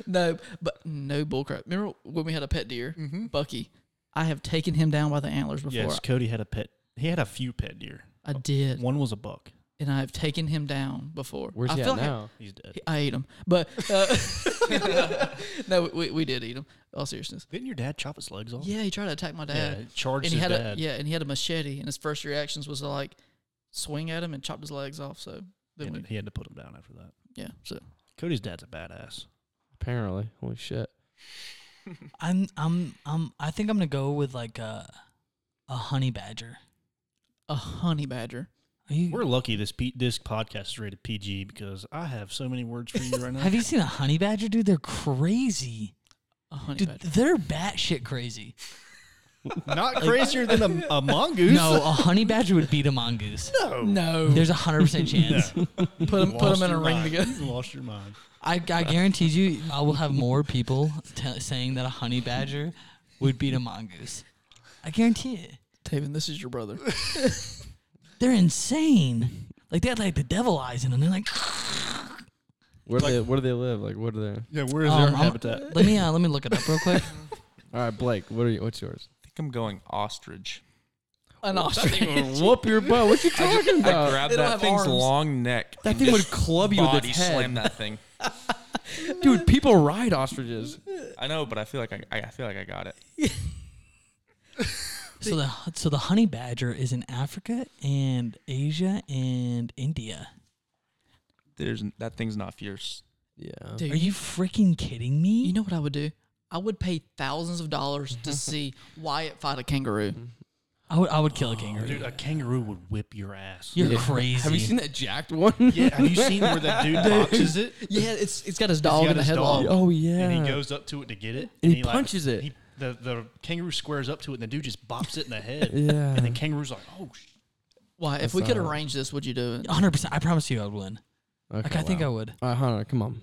[SPEAKER 2] no, but no bullcrap. Remember when we had a pet deer, Bucky? I have taken him down by the antlers before.
[SPEAKER 4] Yes, Cody had a pet. He had a few pet deer.
[SPEAKER 2] I did,
[SPEAKER 4] One was a buck.
[SPEAKER 2] and I have taken him down before.
[SPEAKER 3] Where's
[SPEAKER 2] I
[SPEAKER 3] he
[SPEAKER 2] feel
[SPEAKER 3] at
[SPEAKER 2] like I-
[SPEAKER 3] now?
[SPEAKER 4] He's dead.
[SPEAKER 2] He- I ate him, but uh, no, we, we did eat him. All seriousness.
[SPEAKER 4] Didn't your dad chop his legs off?
[SPEAKER 2] Yeah, he tried to attack my
[SPEAKER 4] yeah.
[SPEAKER 2] dad,
[SPEAKER 4] it Charged
[SPEAKER 2] and he
[SPEAKER 4] his
[SPEAKER 2] had
[SPEAKER 4] dad.
[SPEAKER 2] a yeah, and he had a machete, and his first reactions was to like swing at him and chopped his legs off. So then
[SPEAKER 4] and
[SPEAKER 2] we,
[SPEAKER 4] he had to put him down after that.
[SPEAKER 2] yeah, so
[SPEAKER 4] Cody's dad's a badass.
[SPEAKER 3] Apparently, holy shit.
[SPEAKER 1] I'm, I'm, I'm. I think I'm gonna go with like a, a honey badger.
[SPEAKER 2] a honey badger.
[SPEAKER 1] Are
[SPEAKER 2] Mm.
[SPEAKER 1] you,
[SPEAKER 4] We're lucky this P- this podcast is rated PG because I have so many words for you right now.
[SPEAKER 1] have you seen a honey badger, dude? They're crazy.
[SPEAKER 2] A honey
[SPEAKER 1] Dude,
[SPEAKER 2] badger.
[SPEAKER 1] they're batshit crazy.
[SPEAKER 4] Not crazier than a, a mongoose.
[SPEAKER 1] No, a honey badger would beat a mongoose.
[SPEAKER 2] No,
[SPEAKER 1] There's a hundred percent chance.
[SPEAKER 2] put him put him in a ring together.
[SPEAKER 4] You lost your mind.
[SPEAKER 1] I, I guarantee you, I will have more people t- saying that a honey badger would beat a mongoose. I guarantee it.
[SPEAKER 2] Taven, this is your brother.
[SPEAKER 1] They're insane. Like they had like the devil eyes in them. They're like,
[SPEAKER 3] Where do they where do they live? Like what are they?
[SPEAKER 4] Yeah, where
[SPEAKER 1] Um, I'm- let me uh, let me look it up real quick.
[SPEAKER 3] All right, Blake, what are you what's yours?
[SPEAKER 5] I think I'm going ostrich.
[SPEAKER 2] An ostrich.
[SPEAKER 3] Whoop your butt. What you talking
[SPEAKER 5] I
[SPEAKER 3] about?
[SPEAKER 5] grabbed
[SPEAKER 2] they don't
[SPEAKER 5] that
[SPEAKER 2] have
[SPEAKER 5] thing's
[SPEAKER 2] arms.
[SPEAKER 5] long neck.
[SPEAKER 3] That
[SPEAKER 5] and
[SPEAKER 3] thing would
[SPEAKER 5] just
[SPEAKER 3] club you with
[SPEAKER 5] body
[SPEAKER 3] its head.
[SPEAKER 5] slam that thing.
[SPEAKER 3] Dude, people ride ostriches.
[SPEAKER 5] I know, but I feel like I, I I feel like I got it.
[SPEAKER 1] So the so the honey badger is in Africa and Asia and India.
[SPEAKER 5] There's n- that thing's not fierce.
[SPEAKER 3] Yeah.
[SPEAKER 2] Dude,
[SPEAKER 1] Are you freaking kidding me?
[SPEAKER 2] You know what I would do? I would pay thousands of dollars to see Wyatt fight a kangaroo.
[SPEAKER 1] Mm. I would I would kill a kangaroo.
[SPEAKER 4] Oh, Dude, a kangaroo would whip your ass.
[SPEAKER 1] You're
[SPEAKER 3] Yeah.
[SPEAKER 1] crazy.
[SPEAKER 3] Have you seen that jacked one?
[SPEAKER 4] Yeah, have you seen where that dude boxes it?
[SPEAKER 2] Yeah, it's it's got his dog
[SPEAKER 4] got
[SPEAKER 2] in a
[SPEAKER 4] his
[SPEAKER 2] headlock.
[SPEAKER 4] dog.
[SPEAKER 3] Oh yeah.
[SPEAKER 4] And he goes up to it to get it.
[SPEAKER 3] And he punches it.
[SPEAKER 4] He, the, the kangaroo squares up to it, and the dude just bops it in the head.
[SPEAKER 3] Yeah.
[SPEAKER 4] And the kangaroo's like, oh, sh-.
[SPEAKER 2] Why? If
[SPEAKER 3] That's
[SPEAKER 2] we could
[SPEAKER 3] not-
[SPEAKER 2] arrange this, would you do it?
[SPEAKER 1] 100%. I promise you I would win.
[SPEAKER 3] Okay,
[SPEAKER 1] Like I think I
[SPEAKER 3] wow.
[SPEAKER 1] would.
[SPEAKER 3] All right, Hunter, come on.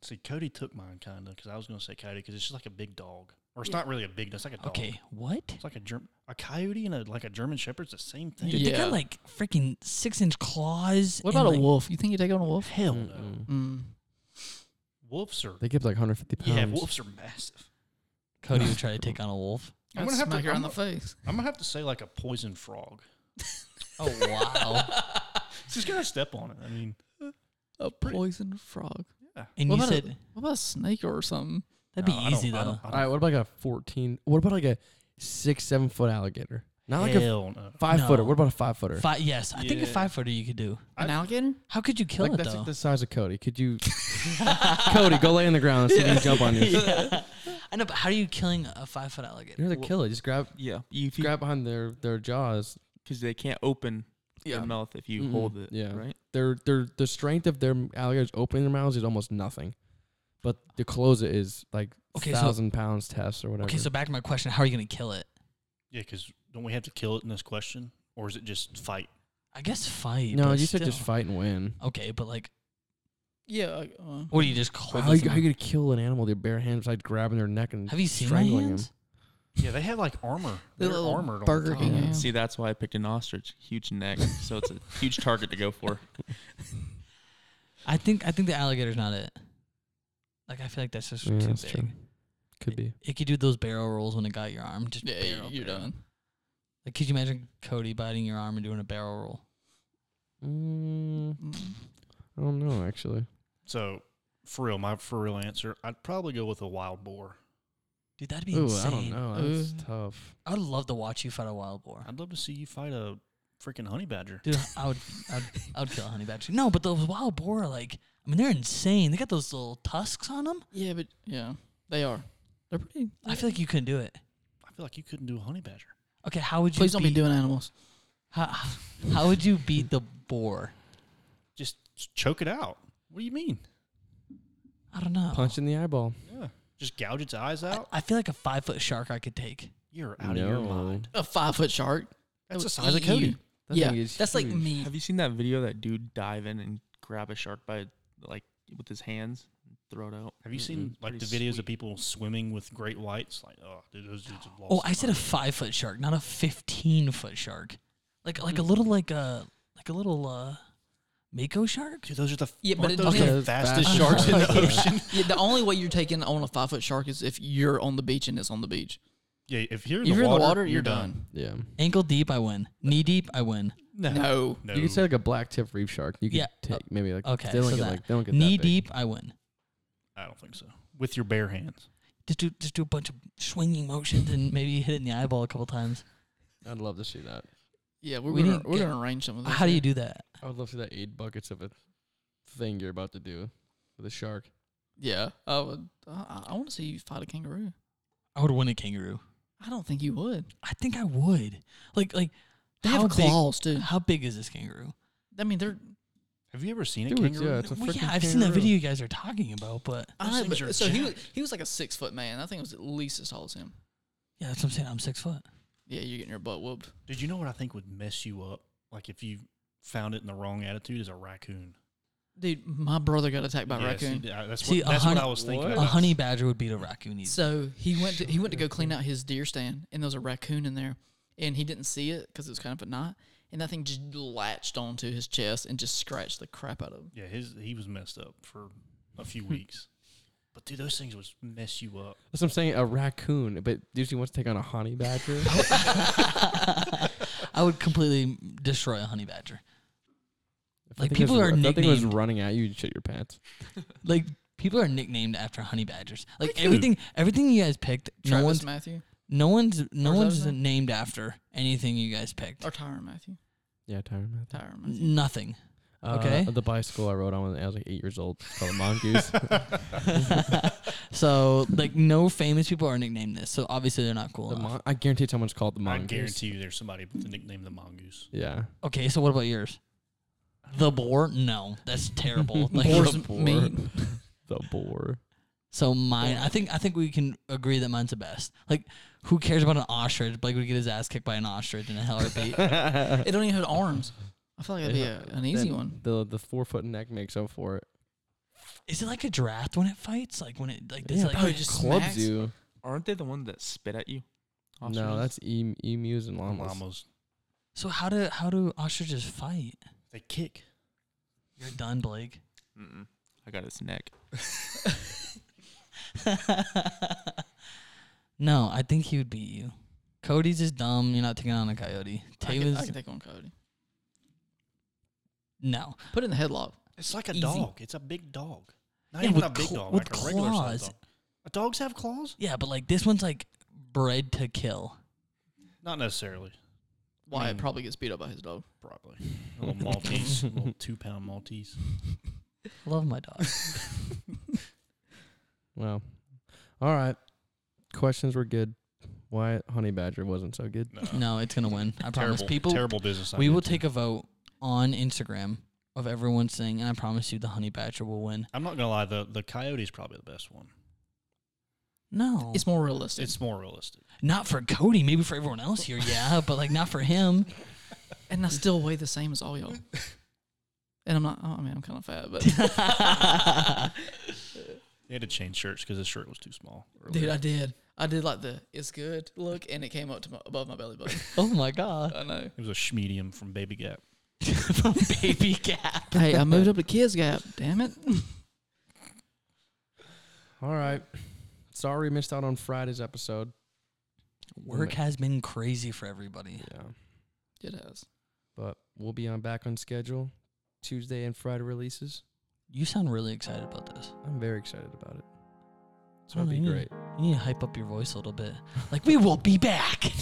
[SPEAKER 4] see, Cody took mine kind of because I was going to say Cody because it's just like a big dog. Or it's not really a big dog, it's like a dog.
[SPEAKER 1] Okay, what?
[SPEAKER 4] It's like a Germ- a coyote and a like a German shepherd's the same thing.
[SPEAKER 1] Dude, they
[SPEAKER 2] Yeah.
[SPEAKER 1] got like freaking six inch claws.
[SPEAKER 2] What
[SPEAKER 1] and,
[SPEAKER 2] about a
[SPEAKER 1] like-
[SPEAKER 2] wolf? You think you take on a wolf?
[SPEAKER 4] Hell no.
[SPEAKER 3] Mm-mm.
[SPEAKER 2] Mm.
[SPEAKER 4] Wolves are
[SPEAKER 3] They give like 150 pounds.
[SPEAKER 4] yeah, wolves are massive.
[SPEAKER 1] Cody would try to take on a wolf.
[SPEAKER 4] I'm
[SPEAKER 2] I'm
[SPEAKER 4] gonna
[SPEAKER 2] gonna
[SPEAKER 4] have to-
[SPEAKER 2] smack her
[SPEAKER 4] I'm
[SPEAKER 2] on the
[SPEAKER 4] gonna-
[SPEAKER 2] face.
[SPEAKER 4] I'm gonna have to say like a poison frog.
[SPEAKER 1] Oh wow!
[SPEAKER 4] Just gonna step on it. I mean,
[SPEAKER 2] A poison frog.
[SPEAKER 1] and
[SPEAKER 2] What
[SPEAKER 1] you
[SPEAKER 2] about a-
[SPEAKER 1] said
[SPEAKER 2] What about a snake or something?
[SPEAKER 1] that'd
[SPEAKER 4] no,
[SPEAKER 1] be
[SPEAKER 4] I don't-
[SPEAKER 1] easy
[SPEAKER 4] I
[SPEAKER 1] though.
[SPEAKER 4] don't- I
[SPEAKER 3] All
[SPEAKER 4] don't-
[SPEAKER 3] right, what about like a 14? What about like a six, seven foot alligator? Not like a
[SPEAKER 4] hell no.
[SPEAKER 3] five footer.
[SPEAKER 1] No.
[SPEAKER 3] What about a five footer?
[SPEAKER 1] Fi- yes, I think
[SPEAKER 4] Yeah.
[SPEAKER 1] a five footer you could do.
[SPEAKER 2] An alligator?
[SPEAKER 1] How could you kill
[SPEAKER 3] Like
[SPEAKER 1] it
[SPEAKER 3] that's
[SPEAKER 1] though?
[SPEAKER 3] like the size of Cody. Could you, Cody, go lay on the ground and see if he can jump on you.
[SPEAKER 1] yeah. I know, but how are you killing a five foot alligator?
[SPEAKER 3] You're the killer. Just grab,
[SPEAKER 5] Yeah, you
[SPEAKER 3] grab behind their their jaws.
[SPEAKER 5] because they can't open
[SPEAKER 2] Yeah.
[SPEAKER 5] their mouth if you
[SPEAKER 3] Mm-mm.
[SPEAKER 5] hold it.
[SPEAKER 3] Yeah.
[SPEAKER 5] right.
[SPEAKER 3] Their their the strength of their alligators opening their mouths is almost nothing, but to close it is like
[SPEAKER 1] Okay, so-
[SPEAKER 3] thousand pounds test or whatever.
[SPEAKER 1] Okay, so back to my question: How are you gonna kill it?
[SPEAKER 4] Yeah, because don't we have to kill it in this question, or is it just fight?
[SPEAKER 1] I guess fight.
[SPEAKER 3] no,
[SPEAKER 1] but
[SPEAKER 3] you should just
[SPEAKER 1] still.
[SPEAKER 3] fight and win.
[SPEAKER 1] Okay, but like,
[SPEAKER 2] Yeah. Uh,
[SPEAKER 1] what do you just call?
[SPEAKER 3] How are you, how you gonna kill an animal with your bare hands like grabbing their neck and
[SPEAKER 1] Have you seen my
[SPEAKER 3] strangling him?
[SPEAKER 1] hands?
[SPEAKER 4] Yeah, they have like armor. They're
[SPEAKER 2] little
[SPEAKER 4] armored.
[SPEAKER 2] Burger
[SPEAKER 4] all the time.
[SPEAKER 2] King
[SPEAKER 3] Yeah.
[SPEAKER 2] hands.
[SPEAKER 5] See, that's why I picked an ostrich, huge neck, so it's a huge target to go for.
[SPEAKER 1] I think I think the alligator's not it. Like I feel like that's just
[SPEAKER 3] Yeah,
[SPEAKER 1] too
[SPEAKER 3] that's
[SPEAKER 1] big.
[SPEAKER 3] true. Could be.
[SPEAKER 1] It could do those barrel rolls when it got your arm. Just
[SPEAKER 2] Yeah,
[SPEAKER 1] barrel,
[SPEAKER 2] you're
[SPEAKER 1] barrel.
[SPEAKER 2] done.
[SPEAKER 1] Like, could you imagine Cody biting your arm and doing a barrel roll?
[SPEAKER 3] Mm,
[SPEAKER 2] Mm.
[SPEAKER 3] I don't know actually.
[SPEAKER 4] So, for real, my for real answer, I'd probably go with a wild boar.
[SPEAKER 1] Dude, that'd be
[SPEAKER 3] Ooh,
[SPEAKER 1] insane.
[SPEAKER 3] I don't know. That's
[SPEAKER 2] Ooh.
[SPEAKER 3] tough.
[SPEAKER 1] I'd love to watch you fight a wild boar.
[SPEAKER 4] I'd love to see you fight a freaking honey badger.
[SPEAKER 1] Dude, I would, I'd, I'd kill a honey badger. No, but those wild boar, are like, I mean, they're insane. They got those little tusks on them.
[SPEAKER 2] Yeah, but yeah, they are. They're pretty.
[SPEAKER 1] I feel like you couldn't do it.
[SPEAKER 4] I feel like you couldn't do a honey badger.
[SPEAKER 1] Okay, how would you?
[SPEAKER 2] Please don't be
[SPEAKER 1] beat-
[SPEAKER 2] doing animals.
[SPEAKER 1] How, how would you beat the boar?
[SPEAKER 4] Just s- choke it out. What do you mean?
[SPEAKER 1] I don't know.
[SPEAKER 3] Punch in the eyeball.
[SPEAKER 4] Yeah, just gouge its eyes
[SPEAKER 1] I,
[SPEAKER 4] out.
[SPEAKER 1] I feel like a five foot shark I could take.
[SPEAKER 4] You're out of your
[SPEAKER 3] No.
[SPEAKER 4] mind.
[SPEAKER 2] A five foot shark.
[SPEAKER 4] That's
[SPEAKER 2] would
[SPEAKER 4] the size of
[SPEAKER 2] eat
[SPEAKER 4] Cody.
[SPEAKER 2] you.
[SPEAKER 3] That
[SPEAKER 2] yeah,
[SPEAKER 3] thing is
[SPEAKER 2] that's like
[SPEAKER 3] huge.
[SPEAKER 2] me.
[SPEAKER 5] Have you seen that video of that dude dive in and grab a shark by like with his hands and throw it out?
[SPEAKER 4] Have you seen
[SPEAKER 5] Mm-mm.
[SPEAKER 4] like the
[SPEAKER 5] Pretty
[SPEAKER 4] videos of
[SPEAKER 5] sweet.
[SPEAKER 4] people swimming with great whites? Like, oh, dude, those dudes have lost.
[SPEAKER 1] Oh, I said a
[SPEAKER 4] their
[SPEAKER 1] five foot shark, not a fifteen foot shark. Like like a
[SPEAKER 3] Hmm.
[SPEAKER 1] little like a like a little uh, mako
[SPEAKER 4] mind.
[SPEAKER 1] shark.
[SPEAKER 4] dude, those are the
[SPEAKER 2] Yeah, but
[SPEAKER 4] aren't
[SPEAKER 2] it
[SPEAKER 4] those
[SPEAKER 2] doesn't-
[SPEAKER 4] the
[SPEAKER 3] Okay,
[SPEAKER 4] fastest
[SPEAKER 3] fast-
[SPEAKER 4] sharks in the
[SPEAKER 1] Yeah.
[SPEAKER 4] ocean.
[SPEAKER 2] Yeah, the only way you're taking on a five foot shark is if you're on the beach and it's on the beach.
[SPEAKER 4] Yeah, if you're in,
[SPEAKER 2] If
[SPEAKER 4] the,
[SPEAKER 2] you're
[SPEAKER 4] water,
[SPEAKER 2] in the water, you're,
[SPEAKER 4] done.
[SPEAKER 2] done.
[SPEAKER 3] Yeah.
[SPEAKER 1] Ankle deep, I win. Knee deep, I win.
[SPEAKER 2] No.
[SPEAKER 4] no.
[SPEAKER 3] You could say like a black tip reef shark. You could
[SPEAKER 1] Yeah, uh,
[SPEAKER 3] take maybe like
[SPEAKER 1] okay,
[SPEAKER 3] They don't
[SPEAKER 1] so
[SPEAKER 3] get
[SPEAKER 1] that-
[SPEAKER 3] like they don't get that
[SPEAKER 1] Knee
[SPEAKER 3] big.
[SPEAKER 1] deep, I win.
[SPEAKER 4] I don't think so. With your bare hands.
[SPEAKER 1] Just do just do a bunch of swinging motions and maybe hit it in the eyeball a couple times.
[SPEAKER 3] I'd love to see that.
[SPEAKER 2] Yeah, we're
[SPEAKER 1] We
[SPEAKER 2] gonna
[SPEAKER 1] need to
[SPEAKER 2] we're
[SPEAKER 1] get-
[SPEAKER 2] gonna arrange some of this.
[SPEAKER 1] How do
[SPEAKER 2] yeah.
[SPEAKER 1] you do that?
[SPEAKER 3] I would love to see that eight buckets of a thing you're about to do with a shark.
[SPEAKER 2] Yeah, I would. I, I want to see you fight a kangaroo.
[SPEAKER 1] I would win a kangaroo.
[SPEAKER 2] I don't think you would.
[SPEAKER 1] I think I would. Like like
[SPEAKER 2] They
[SPEAKER 1] how
[SPEAKER 2] have claws
[SPEAKER 1] big,
[SPEAKER 2] too.
[SPEAKER 1] How big is this kangaroo?
[SPEAKER 2] I mean, they're.
[SPEAKER 4] Have you ever seen a
[SPEAKER 3] Dude,
[SPEAKER 4] kangaroo?
[SPEAKER 3] yeah, it's a
[SPEAKER 1] Well,
[SPEAKER 3] freaking
[SPEAKER 1] yeah, I've seen that
[SPEAKER 3] kangaroo.
[SPEAKER 1] video you guys are talking about, but
[SPEAKER 2] I
[SPEAKER 4] Those
[SPEAKER 2] know,
[SPEAKER 4] things
[SPEAKER 2] but-
[SPEAKER 4] are
[SPEAKER 2] so he was, he was like a six foot man. I think it was at least as tall as him.
[SPEAKER 1] yeah, that's what I'm saying. I'm six foot.
[SPEAKER 2] Yeah, you're getting your butt whooped.
[SPEAKER 4] Did you know what I think would mess you up? Like if you found it in the wrong attitude is a raccoon.
[SPEAKER 2] Dude, my brother got attacked by a
[SPEAKER 4] Yes,
[SPEAKER 2] raccoon.
[SPEAKER 4] you- I- that's
[SPEAKER 1] See, a
[SPEAKER 4] what, that's what I
[SPEAKER 1] honey-
[SPEAKER 4] was thinking.
[SPEAKER 1] A
[SPEAKER 4] about.
[SPEAKER 1] honey badger would beat a raccoon easily.
[SPEAKER 2] So he went to, he went to go clean out his deer stand, and there was a raccoon in there, and he didn't see it because it was kind of at night, and that thing just latched onto his chest and just scratched the crap out of him.
[SPEAKER 4] Yeah, his he was messed up for a few weeks. But dude, those things would mess you up.
[SPEAKER 3] That's what I'm saying. A raccoon, but usually wants to take on a honey badger.
[SPEAKER 1] I would completely destroy a honey badger.
[SPEAKER 3] If
[SPEAKER 1] Like,
[SPEAKER 3] that thing was
[SPEAKER 1] people are
[SPEAKER 3] ru- if that thing was
[SPEAKER 1] nicknamed-
[SPEAKER 3] running at you, you'd shit your pants.
[SPEAKER 1] Like people are nicknamed after honey badgers. Like
[SPEAKER 4] Thank you.
[SPEAKER 1] everything, everything you guys picked, no
[SPEAKER 2] Travis
[SPEAKER 1] one's,
[SPEAKER 2] Matthew
[SPEAKER 1] no one's, no
[SPEAKER 2] Or is that
[SPEAKER 1] one's
[SPEAKER 2] his name?
[SPEAKER 1] named after anything you guys picked.
[SPEAKER 2] or Tyron Matthew.
[SPEAKER 3] Yeah, Tyron Matthew.
[SPEAKER 2] Tyron Matthew.
[SPEAKER 1] Nothing.
[SPEAKER 3] Uh,
[SPEAKER 1] Okay.
[SPEAKER 3] the bicycle I rode on when I was like eight years old. It's called a mongoose.
[SPEAKER 1] so like no famous people are nicknamed this. So obviously they're not cool.
[SPEAKER 3] The
[SPEAKER 1] enough.
[SPEAKER 3] mon- I guarantee someone's called the
[SPEAKER 4] I
[SPEAKER 3] mongoose.
[SPEAKER 4] guarantee you, there's somebody with the nickname the mongoose.
[SPEAKER 3] Yeah.
[SPEAKER 1] okay, so what about yours? The boar? No, that's terrible. like
[SPEAKER 2] Boar's
[SPEAKER 3] The boar.
[SPEAKER 2] meat.
[SPEAKER 3] The boar.
[SPEAKER 1] so mine. I think I think we can agree that mine's the best. Like who cares about an ostrich? Blake would get his ass kicked by an ostrich in a hell heartbeat.
[SPEAKER 2] It don't even have arms. I feel like that'd be
[SPEAKER 3] Yeah.
[SPEAKER 2] a, an easy
[SPEAKER 3] Then
[SPEAKER 2] one.
[SPEAKER 3] The the four foot neck makes up for it.
[SPEAKER 1] Is it like a draft when it fights? Like when it like does
[SPEAKER 3] Yeah,
[SPEAKER 1] it, like
[SPEAKER 2] probably just
[SPEAKER 1] club-
[SPEAKER 2] smack-
[SPEAKER 3] Clubs
[SPEAKER 2] Max?
[SPEAKER 3] you.
[SPEAKER 5] Aren't they the one that spit at you?
[SPEAKER 3] No,
[SPEAKER 5] Ostriches?
[SPEAKER 3] that's em- emus and llamas.
[SPEAKER 4] Llamas.
[SPEAKER 1] So how do how do ostriches fight?
[SPEAKER 4] They kick.
[SPEAKER 1] You're done, Blake.
[SPEAKER 5] Mm-mm. I got its neck.
[SPEAKER 1] no, I think he would beat you. Cody's is dumb. You're not taking on a coyote.
[SPEAKER 2] I can, I
[SPEAKER 1] Taylor's
[SPEAKER 2] can take on Cody.
[SPEAKER 1] no.
[SPEAKER 2] Put it in the headlock.
[SPEAKER 4] It's like a
[SPEAKER 2] Easy.
[SPEAKER 4] dog. It's a big dog. Not
[SPEAKER 1] Yeah,
[SPEAKER 4] even
[SPEAKER 1] with
[SPEAKER 4] a big
[SPEAKER 1] cl-
[SPEAKER 4] dog.
[SPEAKER 1] with
[SPEAKER 4] like a regular size
[SPEAKER 1] claws.
[SPEAKER 4] dog. Uh, Dogs have claws?
[SPEAKER 1] Yeah, but like this one's like bred to kill.
[SPEAKER 4] Not necessarily.
[SPEAKER 2] Why
[SPEAKER 4] mean-
[SPEAKER 2] it probably gets beat up by his dog.
[SPEAKER 4] Probably. A little Maltese, a little two pound Maltese.
[SPEAKER 1] Love my dog.
[SPEAKER 3] Well, all right. Questions were good. Why honey badger wasn't so good?
[SPEAKER 1] no, it's gonna win. I promise.
[SPEAKER 4] terrible,
[SPEAKER 1] People,
[SPEAKER 4] terrible business.
[SPEAKER 1] we
[SPEAKER 4] idea,
[SPEAKER 1] will
[SPEAKER 4] too.
[SPEAKER 1] take a vote on Instagram of everyone saying, and I promise you, the honey badger will win.
[SPEAKER 4] I'm not gonna lie. The the coyote's probably the best one.
[SPEAKER 1] No,
[SPEAKER 2] It's more realistic.
[SPEAKER 4] It's more realistic.
[SPEAKER 1] not for Cody. Maybe for everyone else here, yeah, but like not for him.
[SPEAKER 2] and I still weigh the same as all y'all. And I'm not. Oh, I mean, I'm kind of fat, but
[SPEAKER 4] They had to change shirts because his shirt was too small.
[SPEAKER 2] dude, I did. I did like the it's good look, and it came up to my, above my belly button.
[SPEAKER 1] oh my god,
[SPEAKER 2] I know.
[SPEAKER 4] It was a schmedium from Baby Gap.
[SPEAKER 1] baby gap.
[SPEAKER 2] Hey, I moved up to kids gap. Damn it.
[SPEAKER 3] All right. Sorry, missed out on Friday's episode.
[SPEAKER 1] Work has been crazy for everybody.
[SPEAKER 3] Yeah,
[SPEAKER 2] It has.
[SPEAKER 3] but we'll be on back on schedule. Tuesday and Friday releases.
[SPEAKER 1] You sound really excited about this.
[SPEAKER 3] I'm very excited about it. It's
[SPEAKER 1] Oh,
[SPEAKER 3] gonna be
[SPEAKER 1] yeah.
[SPEAKER 3] great.
[SPEAKER 1] You need to hype up your voice a little bit. Like we will be back.